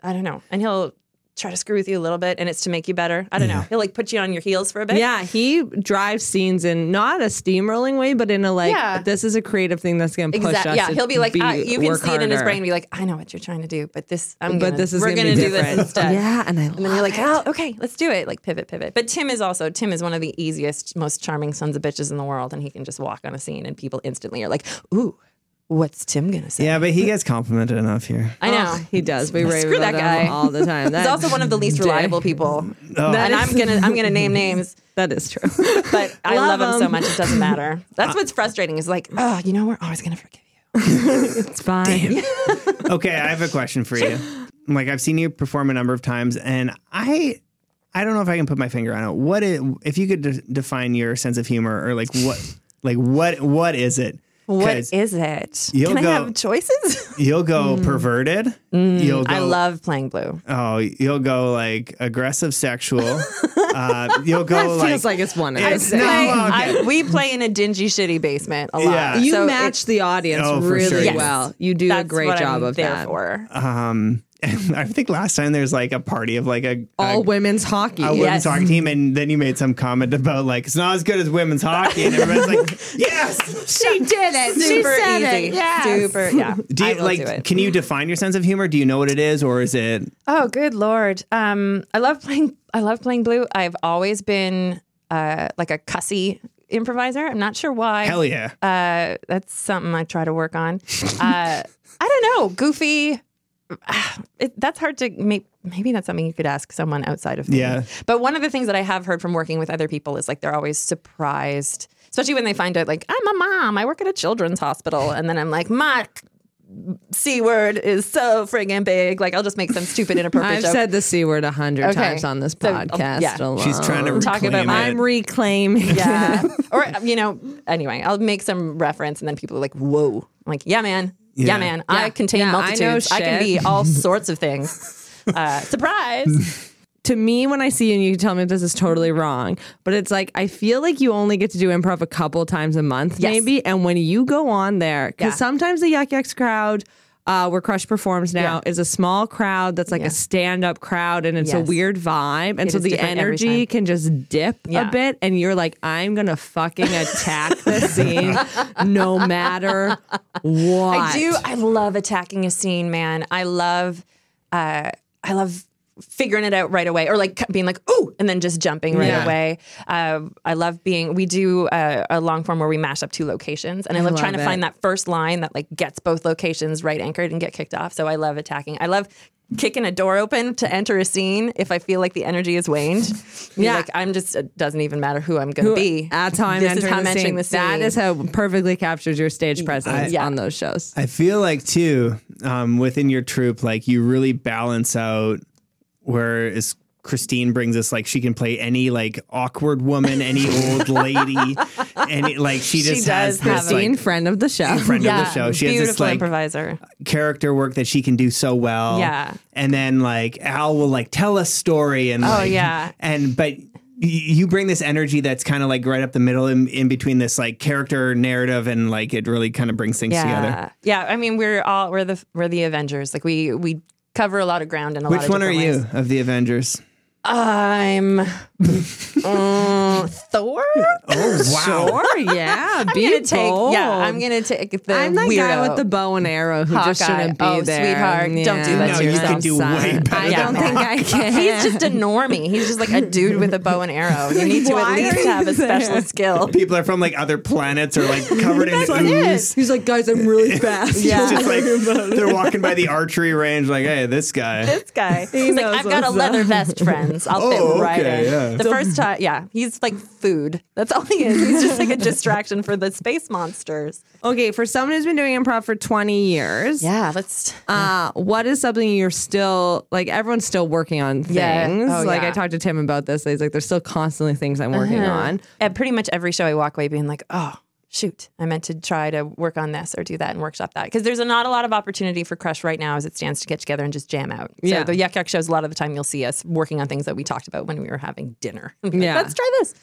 I don't know. And he'll try to screw with you a little bit and it's to make you better. I don't know. He'll like put you on your heels for a bit. Yeah, he drives scenes in not a steamrolling way, but in a like, Yeah. this is a creative thing that's going to push Exactly. us. Yeah, to he'll be like, ah, you can work see it in his harder. brain, and be like, I know what you're trying to do, but this, I'm but gonna, this is we're gonna, gonna be do different. this <laughs> instead. Yeah, and I love And then you're like, it. oh, okay, let's do it. Like pivot, pivot. But Tim is also Tim is one of the easiest, most charming sons of bitches in the world, and he can just walk on a scene, and people instantly are like, "Ooh, what's Tim gonna say?" Yeah, but he gets complimented enough here. I know. he does. We rave Screw Oh, about that him guy. all the time. Oh. <laughs> He's That's also one of the least reliable people, and I'm gonna I'm <laughs> gonna name names, <laughs> That is true. <laughs> but I Love love him him. so Uh, much it doesn't matter. That's what's frustrating is like, oh, you know, we're always gonna forgive you. It's <laughs> fine. okay, I have a question for you. Like I've seen you perform a number of times, and I, I don't know if I can put my finger on it. What is, if you could de- define your sense of humor, or like what, like what, what is it? What 'Cause is it? you'll Can I go- have choices? You'll go perverted. You'll go, Mm, I love playing blue. Oh, you'll go like aggressive <laughs> sexual. uh, you'll go like, Feels like it's one. out of It's six. not- Play- Oh, okay. I- we play in a dingy, shitty basement a lot. Yeah. You so match the audience Oh, for really sure. Yes. well. You do a That's great what job I'm of there that. For. um, <laughs> I think last time there's like a party of like a, a All women's hockey. a women's Yes. hockey team, and then you made some comment about like it's not as good as women's hockey, and everybody's like, <laughs> yes. <laughs> She did it. Super easy. Super. <laughs> Yeah. Do I you will do like? it. Can you define your sense of humor? Do you know what it is, or is it? Oh, good lord. Um, I love playing. I love playing blue. I've always been uh like a cussy improviser. I'm not sure why. Hell yeah! Uh, that's something I try to work on. Uh, I don't know. Goofy. It, that's hard to make. Maybe that's something you could ask someone outside of me. Yeah. But one of the things that I have heard from working with other people is like they're always surprised, especially when they find out like I'm a mom. I work at a children's hospital, and then I'm like my c word is so friggin' big. Like I'll just make some stupid <laughs> inappropriate I've joke. said the c word a hundred Okay. times on this So, uh, podcast. yeah. alone. She's trying to talking reclaim about my- it. I'm reclaiming. <laughs> <laughs> yeah. or um, you know, anyway, I'll make some reference, and then people are like, "Whoa!" I'm like, "Yeah, man. Yeah, Yeah. man. Yeah. I contain Yeah, I know multitudes. I, can be shit." all sorts of things." Uh, <laughs> surprise! to me when I see you and you can tell me if this is totally Mm-hmm. wrong, but it's like I feel like you only get to do improv a couple times a month, Yes. maybe. And when you go on there, because Yeah. sometimes the Yuck Yucks crowd. Uh, where Crush performs now is a small crowd that's like a stand up crowd and it's a Yes. weird vibe. And so is the different every energy time. can just dip a Yeah. bit. And you're like, I'm going to fucking attack <laughs> this scene no matter what. I do. I love attacking a scene, man. I love. Uh, I love figuring it out right away, or like being like, "Ooh," and then just jumping right Yeah. away. Uh, I love being. We do uh, a long form where we mash up two locations, and I, love, love trying it. to find that first line that like gets both locations right anchored and get kicked off. So I love attacking. I love. Kicking a door open to enter a scene if I feel like the energy is waned. Yeah. Yeah, like I'm just it doesn't even matter who I'm gonna be. That's how I'm This entering is how I'm the, entering scene. the scene. Mm, That is how perfectly captures your stage presence yeah. on those shows. I feel like too um, within your troupe, like you really balance out. Whereas Christine brings us like she can play any like awkward woman, any old <laughs> lady, any like she just has does have this, like, Christine, friend of the show. <laughs> friend of the show. She has beautiful this like improviser. character work that she can do so well. Yeah. And then like Al will like tell a story and oh like, yeah. and but y- you bring this energy that's kind of like right up the middle in, in between this like character narrative and like it really kind of brings things together. Yeah, I mean we're all we're the we're the Avengers. Like we we cover a lot of ground in a lot Which of one are different ways. you of the Avengers? I'm um, Thor. <laughs> Oh wow. Sure, <laughs> yeah. Be gonna take bold. yeah, I'm gonna take the I'm that guy weirdo. with <laughs> the bow and arrow who just Hawkeye. shouldn't be Oh, there. sweetheart, don't do that No, to you yourself. can do way Son. better I than don't think I can. He's just a normie. He's just like a dude with a bow and arrow. You need to Why at are least you have a special there? <laughs> skill. People are from like other planets or like covered <laughs> in ooze. He's like, guys, I'm really fast. Yeah. It's just like <laughs> they're walking by the archery range, like, hey, this guy. This guy. He's like, knows I've got a what's leather vest, friends. I'll Oh, fit right okay, in. yeah. The first time, yeah, he's like food. That's all he is. He's just like a distraction for the space monsters. Okay, for someone who's been doing improv for 20 years, Yeah, let's uh, what is something you're still like? Everyone's still working on things. Yeah. Oh, like yeah. Uh-huh. I talked to Tim about this. He's like, there's still constantly things I'm working on. at pretty much every show I walk away being like, oh, shoot, I meant to try to work on this or do that and workshop that. Because there's a, not a lot of opportunity for Crush right now as it stands to get together and just jam out. So Yeah. the Yuck Yuck shows, a lot of the time you'll see us working on things that we talked about when we were having dinner. <laughs> Like, Yeah. Let's try this.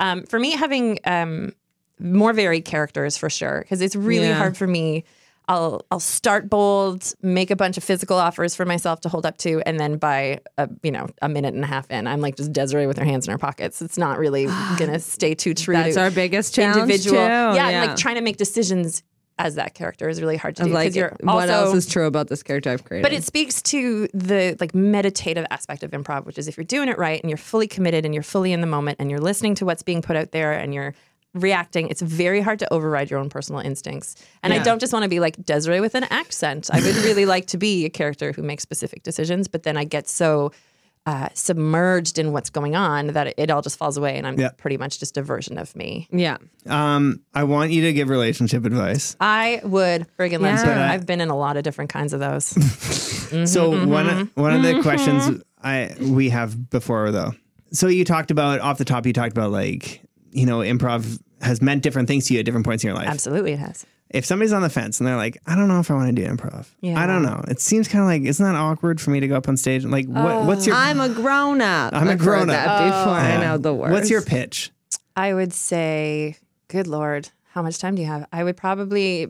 Um, for me, having um, more varied characters for sure, because it's really Yeah. hard for me. I'll I'll start bold, make a bunch of physical offers for myself to hold up to, and then by a you know a minute and a half in, I'm like just Desiree with her hands in her pockets. It's not <sighs> really gonna stay too true. That's to our biggest challenge Individual, too. yeah, Yeah. And like trying to make decisions as that character is really hard to do Of, because like, you're also what else is true about this character I've created? but it speaks to the like meditative aspect of improv, which is if you're doing it right and you're fully committed and you're fully in the moment and you're listening to what's being put out there and you're reacting, it's very hard to override your own personal instincts. And I don't just want to be like Desiree with an accent. I would really like to be a character who makes specific decisions, but then I get so uh, submerged in what's going on that it all just falls away and I'm Yeah. pretty much just a version of me. yeah. Um, I want you to give relationship advice. I would friggin' love Yeah. to. I've been in a lot of different kinds of those. So Mm-hmm, one of- one of the questions I we have before though. So you talked about off the top. You talked about like you know improv has meant different things to you at different points in your life. Absolutely, it has. If somebody's on the fence and they're like, I don't know if I want to do improv. Yeah. I don't know. It seems kind of like isn't that awkward for me to go up on stage? Like what, what's your Oh, I'm a grown up. I'm a I've heard grown-up. that Before I Yeah. know the worst. What's <laughs> your pitch? I would say, good lord, how much time do you have? I would probably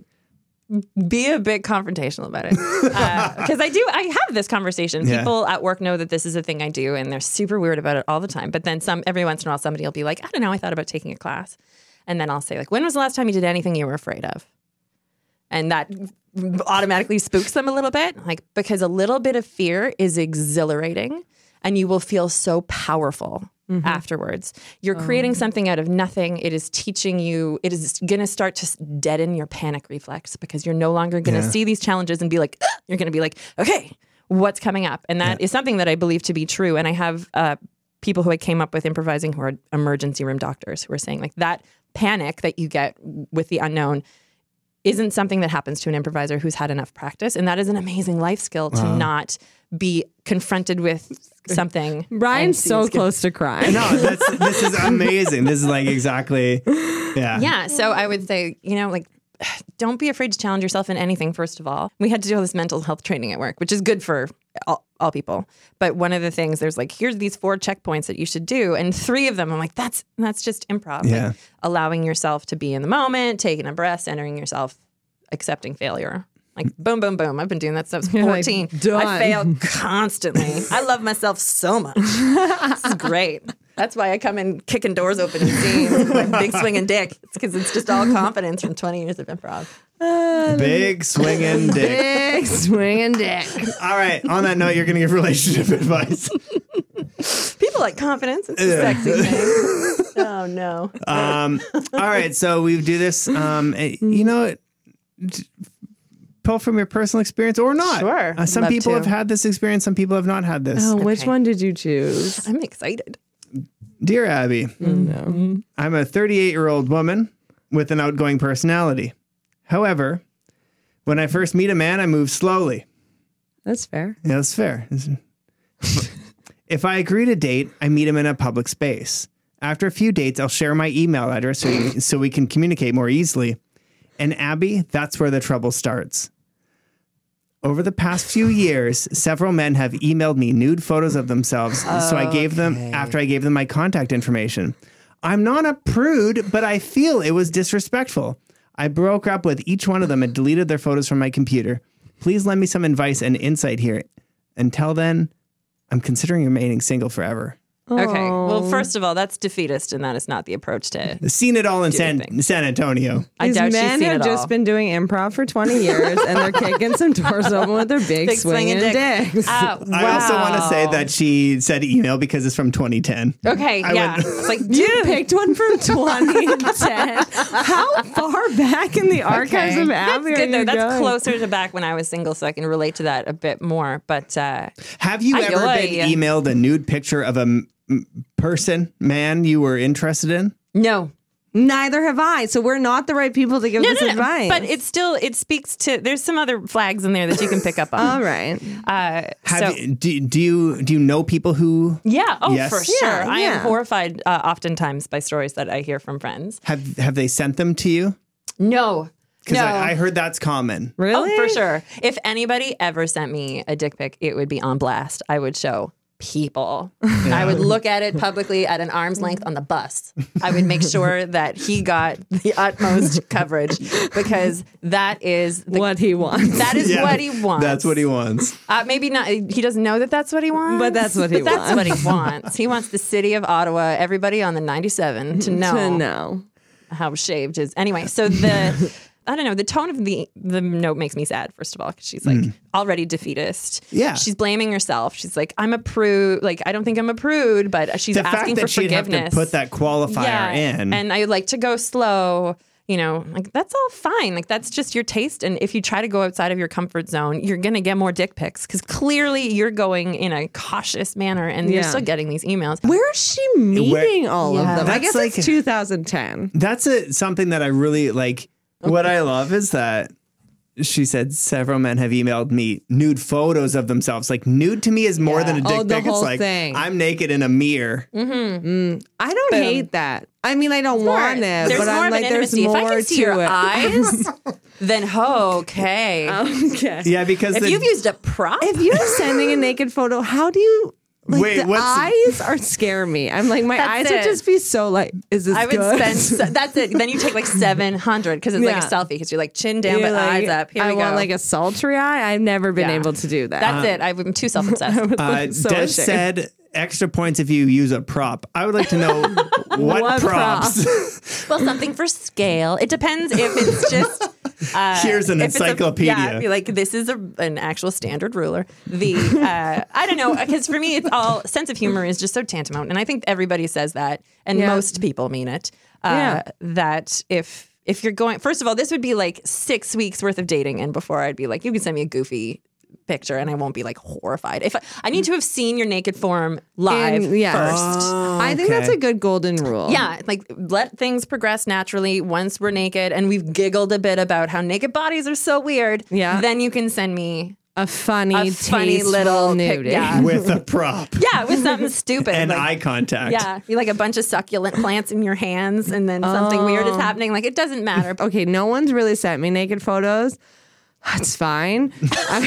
be a bit confrontational about it because I do. I have this conversation. Yeah. People at work know that this is a thing I do, and they're super weird about it all the time. But then some, every once in a while, somebody will be like, I don't know, I thought about taking a class, and then I'll say like, When was the last time you did anything you were afraid of? And that automatically spooks them a little bit, like because a little bit of fear is exhilarating, and you will feel so powerful afterwards. You're creating something out of nothing. It is teaching you. It is going to start to s- deaden your panic reflex because you're no longer going to see these challenges and be like, "Ugh." you're going to be like, okay, what's coming up? And that is something that I believe to be true. And I have uh, people who I came up with improvising who are emergency room doctors who are saying like that panic that you get with the unknown isn't something that happens to an improviser who's had enough practice. And that is an amazing life skill to not be confronted with something. and Brian's see so what's going- close to crying. Oh, <laughs> No, that's, this is amazing. This is like exactly, yeah. Yeah. So I would say, you know, like, <sighs> don't be afraid to challenge yourself in anything, first of all. We had to do all this mental health training at work, which is good for all, all people. But one of the things, there's like, here's these four checkpoints that you should do. And three of them, I'm like, that's that's just improv. Like, Yeah. allowing yourself to be in the moment, taking a breath, centering yourself, accepting failure. Like, boom, boom, boom. I've been doing that since like, 14. I done. fail constantly. I love myself so much. This is great. That's why I come in kicking doors open and seeing my big swinging dick. It's because it's just all confidence from 20 years of improv. Big swinging dick. Big swinging dick. All right. On that note, you're going to give relationship <laughs> advice. People like confidence. It's a sexy <laughs> thing. Oh, no. Um, all right. So we do this, um, eh, you know, t- pull from your personal experience or not. Sure. Uh, some Love people to. have had this experience. Some people have not had this. Oh, which Okay. one did you choose? I'm excited. Dear Abby, Mm-hmm. No. I'm a 38 year old woman with an outgoing personality. However, when I first meet a man, I move slowly. That's fair. Yeah, that's fair. if I agree to date, I meet him in a public space. After a few dates, I'll share my email address so, you, so we can communicate more easily. And Abby, that's where the trouble starts. Over the past few years, several men have emailed me nude photos of themselves, so I gave them after I gave them my contact information. I'm not a prude, but I feel it was disrespectful. I broke up with each one of them and deleted their photos from my computer. Please lend me some advice and insight here. Until then, I'm considering remaining single forever. Okay. Well, first of all, that's defeatist, and that is not the approach to it. Seen it all in San, thing. San Antonio. I These doubt she's men seen have it just all. been doing improv for 20 years and they're kicking some doors open with their big, Big swinging, swinging dick. dicks. Oh, I also want to say wow. that she said email because it's from 2010. Okay, yeah. went- it's <laughs> like, <laughs> You dude, picked one <laughs> from 2010. How far back in the archives of that's Abby are good though. you That's going? closer to back when I was single, so I can relate to that a bit more. But uh, Have you Ay, ever ay. been emailed a nude picture of a m- m- person, man you were interested in? no, Neither have I. So we're not the right people to give this advice. But it still it speaks to. There's some other flags in there that you can pick up <laughs> on. all right. Uh, Have so you, do, do you do you know people who yeah, oh Yes. for sure. Yeah, I yeah. am horrified uh, oftentimes by stories that I hear from friends. have have they sent them to you? No, Because no. I, I heard that's common. Really? Oh, for sure. If anybody ever sent me a dick pic, it would be on blast. I would show people. I would look at it publicly at an arm's length on the bus. I would make sure that he got the utmost coverage because that is the, what he wants. that <laughs> is Yeah, what he wants. That's what he wants. Uh, maybe not. He doesn't know that that's what he wants. But that's what he But that's what he wants. He wants the city of Ottawa, everybody on the 97 to know, to know. how shaved is. Anyway, <laughs> so the. I don't know. The tone of the the note makes me sad. First of all, 'cause she's like already defeatist. Mm. Yeah. she's blaming herself. She's like, "I'm a prude. Like, I don't think I'm a prude, but she's The fact asking that for she'd have forgiveness." to put that qualifier in. And I like to go slow. You know, like that's all fine. Like that's just your taste. And if you try to go outside of your comfort zone, you're gonna get more dick pics because clearly you're going in a cautious manner, and you're Yeah. still getting these emails. Where is she meeting all Yeah. of them? I That's guess like- it's 2010. that's a, something that I really like. What I love is that she said several men have emailed me nude photos of themselves. Like nude to me is more Yeah. than a dick Oh, the pic. It's whole like thing. I'm naked in a mirror. Mm-hmm. I don't hate that. I mean, I don't want it, there's but more I'm of like, an there's intimacy. more if I can see to your it. eyes, then <laughs> okay. okay. Yeah, because if the- you've used a prop, If you're sending a naked photo, how do you? Like, Wait, the what's- eyes are scare me. I'm like, my That's eyes it. would just be so like, is this I would good? <laughs> spend. So, that's it. Then you take like seven hundred because it's like Yeah. a selfie because you're like chin down You're but like, eyes up. Here I we want go. like a sultry eye. I've never been Yeah. able to do that. that's it. <laughs> I'm too self obsessed. <laughs> uh, so Des ashamed. said extra points if you use a prop. I would like to <laughs> know what, What props. Well, something for scale. It depends if it's just. <laughs> Uh, Here's an if it's a- encyclopedia. yeah, be like this is a, an actual standard ruler. The uh, I don't know because for me it's all sense of humor is just so tantamount, and I think everybody says that, and Yeah. most people mean it. Uh, Yeah. That if if you're going, first of all, this would be like six weeks worth of dating, and before I'd be like, you can send me a goofy picture, and I won't be like horrified. If I, I need to have seen your naked form live And- yeah. first. I think that's Oh, Okay. a good golden rule. Yeah, like let things progress naturally once we're naked and we've giggled a bit about how naked bodies are so weird. Yeah. Then you can send me a funny, a funny tasteful little pic- nudie. yeah. with a prop <laughs> yeah, <laughs> with something stupid. and like, eye contact. yeah, you like a bunch of succulent plants in your hands and then something weird Oh. is happening. Like it doesn't matter. Okay, no one's really sent me naked photos. That's fine. <laughs> I-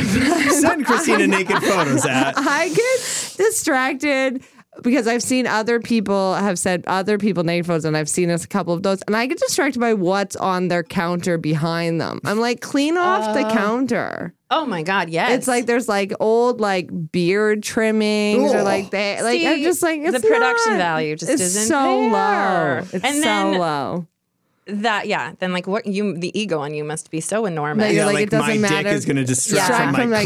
<laughs> Send Christina naked photos <laughs> at. I get distracted because I've seen other people have said other people naked photos, and I've seen a couple of those, and I get distracted by what's on their counter behind them. I'm like, clean off the Uh, counter. Oh my god, yes. It's like there's like old like beard trimmings or like they like I'm See, just like it's the production not- value just it's isn't so there. low. It's And so then- low. that yeah, then like what you the ego on you must be so enormous. Like, Yeah, like, like, it doesn't my matter. dick is going to distract Yeah. from my From, like, <laughs>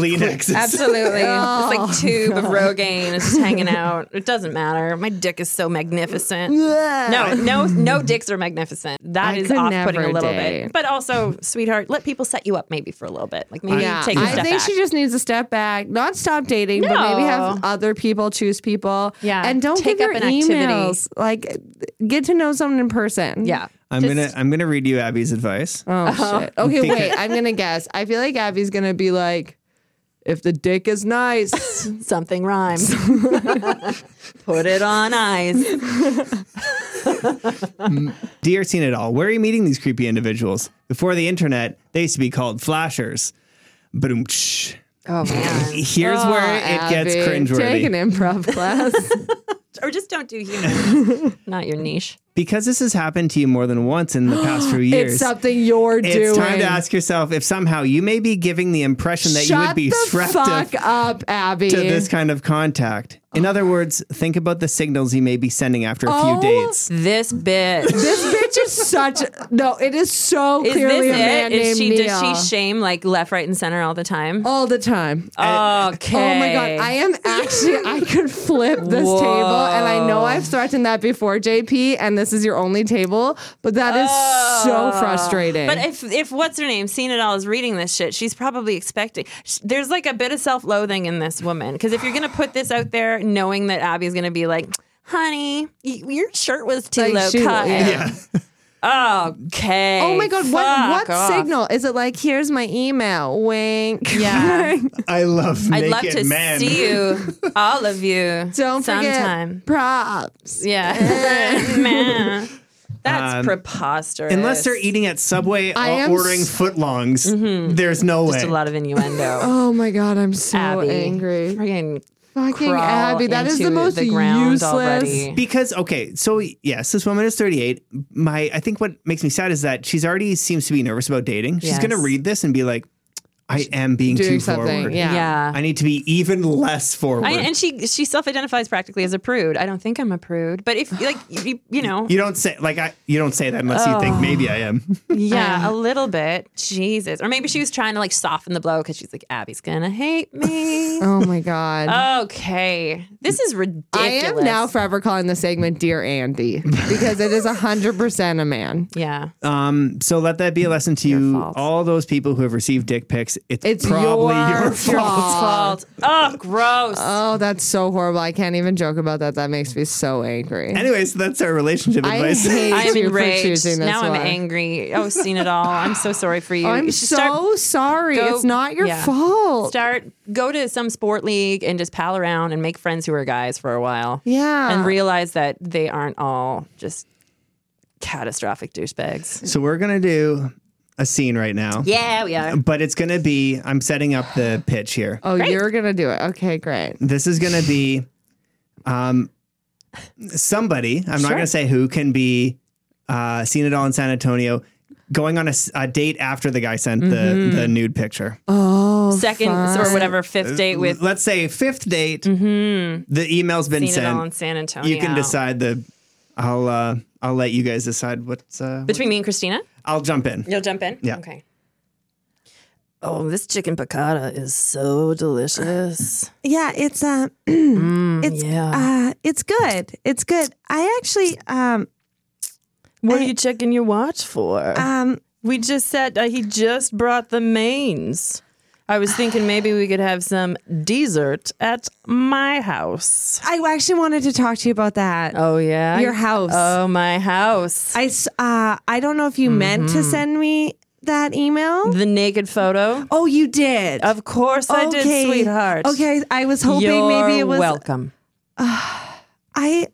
<laughs> Kleenexes. Absolutely. Oh, it's like tube of Rogaine is just hanging out. It doesn't matter. My dick is so magnificent. Oh. No, no, no dicks are magnificent. Uh, That I is could off putting a never little bit. date. But also, sweetheart, let people set you up maybe for a little bit. Like maybe Yeah, take a I step think back. she just needs to step back, not stop dating, but maybe No. have other people choose people. Yeah. and don't Take give your up an activity. emails. Like, get to know someone in person. yeah. <laughs> Uh-huh. I'm Just- gonna I'm gonna read you Abby's advice. Oh shit. <laughs> Okay, Think wait. I'm gonna guess. I feel like Abby's gonna be like, if the dick is <laughs> nice, <laughs> something rhymes. Put it on ice. Dear Seen It All, where are you meeting these creepy individuals? Before the internet, they used to be called flashers. But Oh <laughs> man. here's Oh, where it gets Abby, Take an cringeworthy. <laughs> improv class. or just don't do humor. <laughs> Not your niche. Because this has happened to you more than once in the <gasps> past few years. it's something you're doing. It's time to ask yourself if somehow you may be giving the impression that Shut you would be the receptive fuck up, Abby. to this kind of contact. In other words, think about the signals you may be sending after a Oh. few dates. This bitch. this bitch is such. No, it is so Is clearly this a man it? Is named she Neil. does she shame like left, right, and center all the time? all the time. Okay. Oh my god, I am actually <laughs> I could flip this Whoa. table and I know I've threatened that before JP and this is your only table, but that is so frustrating. Oh. But if if what's her name, seen it all, is reading this shit, she's probably expecting. sh- There's like a bit of self loathing in this woman because if you're gonna put this out there, knowing that Abby's gonna be like, "Honey, y- your shirt was too Like, low she- cut." yeah. Okay. oh my god, what fuck what off. signal? Is it like here's my email? Wink. Yeah. I love I'd naked love to men. <laughs> see you, all of you, <laughs> Don't forget sometime. props. <laughs> Yeah, <laughs> Meh. that's Um, preposterous. Unless they're eating at Subway I or am ordering s- Mm-hmm. footlongs, there's no way. just a lot of innuendo. Oh my god, I'm so Abby. Oh, angry. Friggin' Fucking crawl Abby, that is the into most the ground useless. already. because okay so yes this woman is 38 my i think what makes me sad is that she's already seems to be nervous about dating she's Yes. gonna read this and be like i am being Doing too something, forward yeah. Yeah. i need to be even less forward I, and she she self identifies practically as a prude. I don't think I'm a prude, but if <sighs> like you, you know, you don't say like i you don't say that unless you Oh. think maybe i am <laughs> yeah, a little bit. Jesus, or maybe she was trying to like soften the blow because she's like Abby's gonna <laughs> hate me. Oh my <laughs> god. okay, this is I ridiculous. am now forever calling the segment Dear Andy because it is 100% a man. yeah. um so let that be a lesson to you fault. all those people who have received dick pics it's, It's probably your, fault fault. Oh, gross. Oh, that's so horrible. I can't even joke about that. That makes me so angry. anyways that's our relationship I advice hate I am you for enraged. choosing this Now I'm one. angry. Oh, seen it all. I'm so sorry for <laughs> you. I'm You should so sorry. go- it's not your yeah. fault. start go to some sport league and just pal around and make friends who are guys for a while. Yeah. And realize that they aren't all just catastrophic douchebags. so we're gonna do a scene right now Yeah, we are. but it's gonna be i'm setting up the pitch here oh, you're going to do it. Okay, great. this is going to be um, somebody, I'm not Sure. going to say who, can be uh, seen it all in San Antonio going on a, s- a date after the guy sent the, Mm-hmm. the nude picture. Oh, Second fun. or whatever Uh, fifth date with Mm-hmm. Let's say fifth date, the email's been seen it all in sent. San Antonio. You can decide the. I'll uh, I'll let you guys decide what's. Uh, Between me and Christina? I'll jump in. You'll jump in? Yeah. Okay. Oh, this chicken piccata is so <sighs> delicious. Yeah, it's uh, <clears throat> it's uh, it's good. It's good. I actually um What are you checking your watch for? um We just said uh, he just brought the mains. I was <sighs> thinking maybe we could have some dessert at my house. I actually wanted to talk to you about that. Oh yeah, Your house. Oh my house. I s- uh I don't know if you meant Mm-hmm. to send me that email. the naked photo. Oh, you did. Of course I did, sweetheart. Okay, I was hoping You're maybe it was welcome. I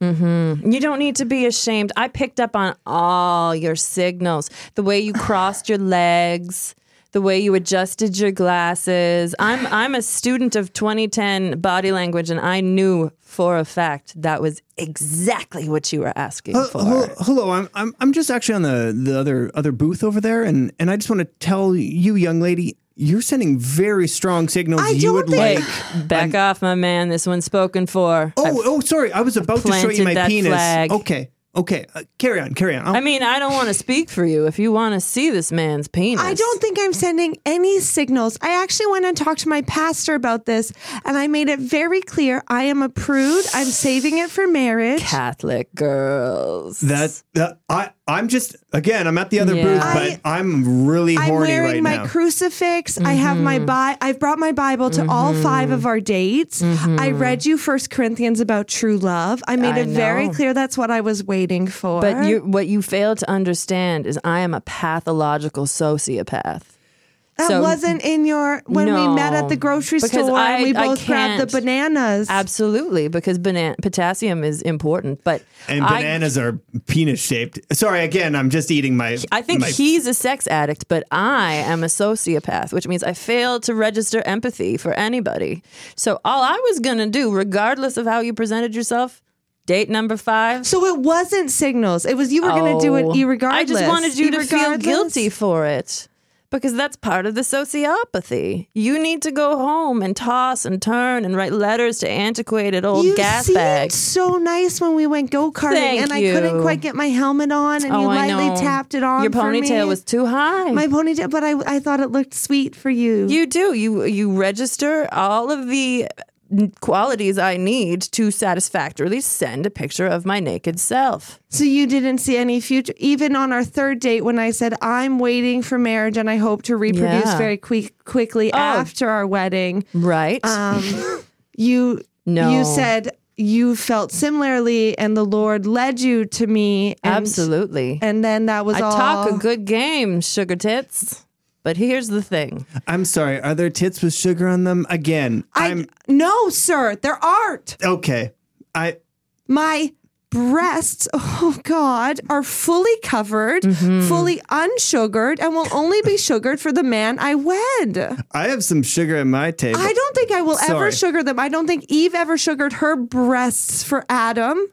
You don't need to be ashamed. I picked up on all your signals. The way you crossed your legs, the way you adjusted your glasses. I'm I'm a student of 2010 body language and I knew for a fact that was exactly what you were asking Uh, hel- for. hello, I'm, I'm I'm just actually on the, the other other booth over there, and, and I just want to tell you, young lady, you're sending very strong signals. I you don't would think- like Back off, my man. This one's spoken for. Oh, I, oh, sorry. I was about to show you planted my that penis. flag. Okay, okay. Uh, carry on, carry on. I mean, I don't want to speak for you if you want to see this man's penis. I don't think I'm sending any signals. I actually went and talked to my pastor about this and I made it very clear I am a prude. I'm saving it for marriage. Catholic girls. that that- I I'm just again I'm at the other Yeah. booth, I- but I, am really I'm horny wearing right my now. crucifix. I have my Mm-hmm. bi- I've brought my Bible to all five of our dates. I read you First Corinthians about true love. I made Mm-hmm. I it very know. clear that's what I was waiting for. But you, what you fail to understand is I am a pathological sociopath. that so- wasn't in your when we met at No, the grocery because store I- and we I both grabbed the can't. bananas. Absolutely, because banana, potassium is important. But and I- bananas are penis shaped. Sorry, again, I'm just eating my. I think my- he's a sex addict, but I am a sociopath, which means I failed to register empathy for anybody. So all I was gonna do, regardless of how you presented yourself, date number five. so it wasn't signals. It was you were going to do Oh. it irregardless. I just wanted you to feel Irregardless? guilty for it because that's part of the sociopathy. You need to go home and toss and turn and write letters to antiquated old You gas seemed bags. so nice when we went go karting, Thank and I couldn't you. Oh, quite get my helmet on, and you lightly tapped it on. Your for ponytail me. was too high. My ponytail, but I, I thought it looked sweet for you. you do. You you register all of the qualities I need to satisfactorily send a picture of my naked self. so you didn't see any future. Even on our third date, when I said I'm waiting for marriage and I hope to reproduce Yeah. Oh. very quick, quickly after our wedding, Right? Um, <laughs> you No. you said you felt similarly, and the Lord led you to me. And, Absolutely. And then that was I all. talk a good game, sugar tits. But here's the thing. I'm sorry. Are there tits with sugar on them? Again, I, I am no, sir. There aren't okay. I my breasts, <laughs> oh God, are fully covered, Mm-hmm. fully unsugared, and will only be sugared for the man I wed. I have some sugar at my table. I don't think I will ever Sorry. sugar them. I don't think Eve ever sugared her breasts for Adam.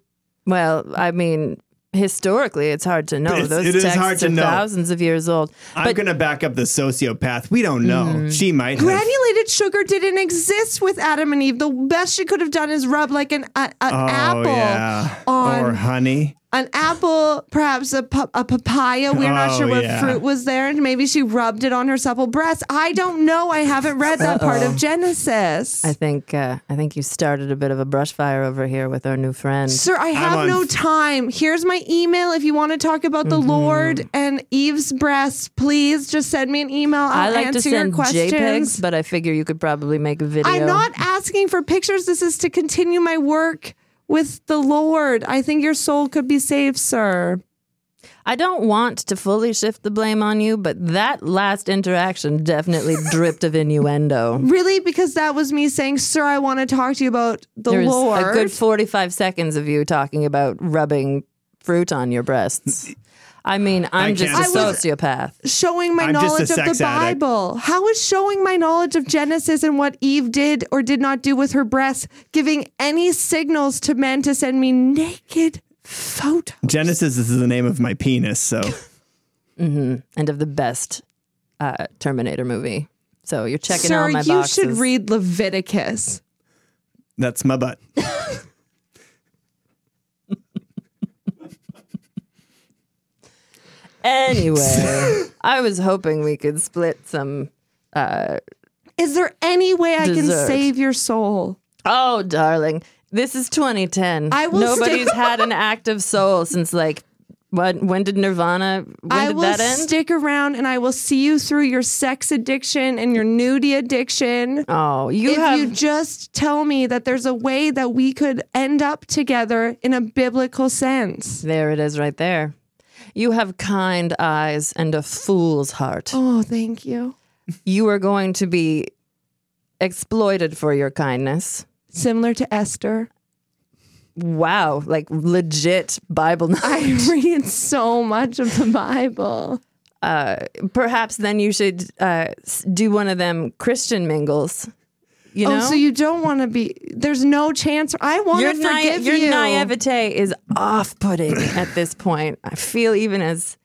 Well, I mean, historically, it's hard to know. It's- Those it is texts hard to are know. thousands of years old. I'm gonna back up the sociopath. We don't know. She might. have. Granulated sugar didn't exist with Adam and Eve. The best she could have done is rub like an, a, an Oh apple yeah. on or honey. an apple, perhaps a, pa- a papaya. We're not Oh, sure what yeah. fruit was there, and maybe she rubbed it on her supple breast. I don't know. I haven't read that part of Genesis. I think uh, I think you started a bit of a brush fire over here with our new friend. Sir, I have on Mm-hmm. no f- time. Here's my email. If you want to talk about the Lord and Eve's breast, please just send me an email. I'll I like answer to send your questions. JPEGs, but I figure you could probably make a video. I'm not asking for pictures. This is to continue my work with the Lord. I think your soul could be saved, sir. I don't want to fully shift the blame on you, but that last <laughs> interaction definitely dripped of innuendo. Really? Because that was me saying, sir, I want to talk to you about the There's Lord. a good 45 seconds of you talking about rubbing fruit on your breasts. I mean, I'm I just can't- a I was- sociopath. showing my I'm just a knowledge of the sex addict. Bible. How is showing my knowledge of Genesis and what Eve did or did not do with her breasts giving any signals to men to send me naked photos? Genesis is the name of my penis. So and of the best uh, Terminator movie. So you're checking Sir, all my you boxes. should read Leviticus. that's my butt. Anyway, <laughs> I was hoping we could split some. Is there any way I can Dessert. save your soul? Oh, darling, this is 2010. I will Nobody's stick- had an active soul since like. What, when did Nirvana? When I did will that end? stick around and I will see you through your sex addiction and your nudie addiction. oh, you if have you just tell me that there's a way that we could end up together in a biblical sense. There it is right there. You have kind eyes and a fool's heart. Oh, thank you. You are going to be exploited for your kindness. Similar to Esther. Wow, like legit Bible knowledge. I <laughs> read so much of the Bible. <laughs> Perhaps then you should uh, s- do one of them Christian mingles. You know, Oh, so you don't want to be there's no chance I want your, to ni- forgive your you. naivete is off-putting at this point. I feel even as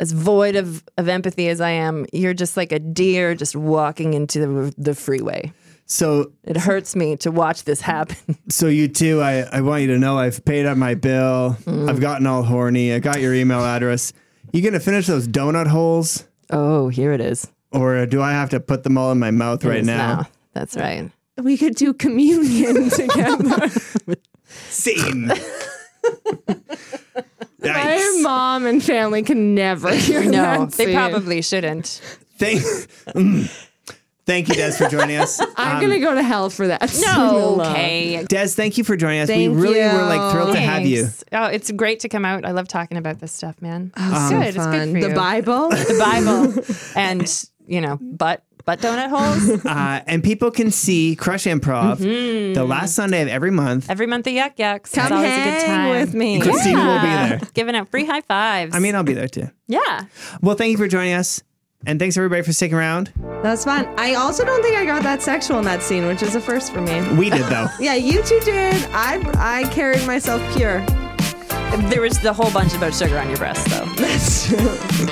as void of, of empathy as I am, you're just like a deer just walking into the, the freeway. So It hurts me to watch <laughs> this happen. so you too. I I want you to know I've paid up my bill. I've gotten all horny. I got your email address. You gonna finish those donut holes, Oh, here it is. or do I have to put them all in my mouth right It's now? That's right. we could do <laughs> communion together. <laughs> Scene. My Yikes. mom and family can never hear that. No, they scene. probably shouldn't. Thank, Mm. thank you, Des, for joining us. <laughs> Um, I'm gonna go to hell for that. scene <laughs> alone. Des, thank you for joining us. Thank we really were you. like thrilled to have you. Thanks. Oh, it's great to come out. I love talking about this stuff, man. it's Oh, So good. It's good fun. for you. The Bible. The Bible <laughs> and, you know, butt butt donut holes. Uh, and people can see Crush Improv Mm-hmm. the last Sunday of every month. Every month at Yuck Yucks. Come it's always a good hang time. with me. Christina will be there. Giving out free high fives. I mean, I'll be there too. yeah. Well, thank you for joining us. And thanks everybody for sticking around. <laughs> That's fun. I also don't think I got that sexual in that scene, which is a first for me. We did though. <laughs> Yeah, you two did. I I carried myself pure. there was the whole bunch about sugar on your breast, though. That's true.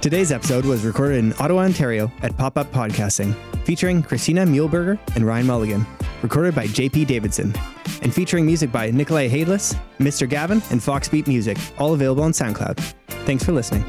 Today's episode was recorded in Ottawa, Ontario at Pop Up Podcasting, featuring Christina Muehlberger and Ryan Mulligan, recorded by JP Davidson, and featuring music by Nikolai Hadeless, Mr. Gavin, and Foxbeat Music, all available on SoundCloud. Thanks for listening.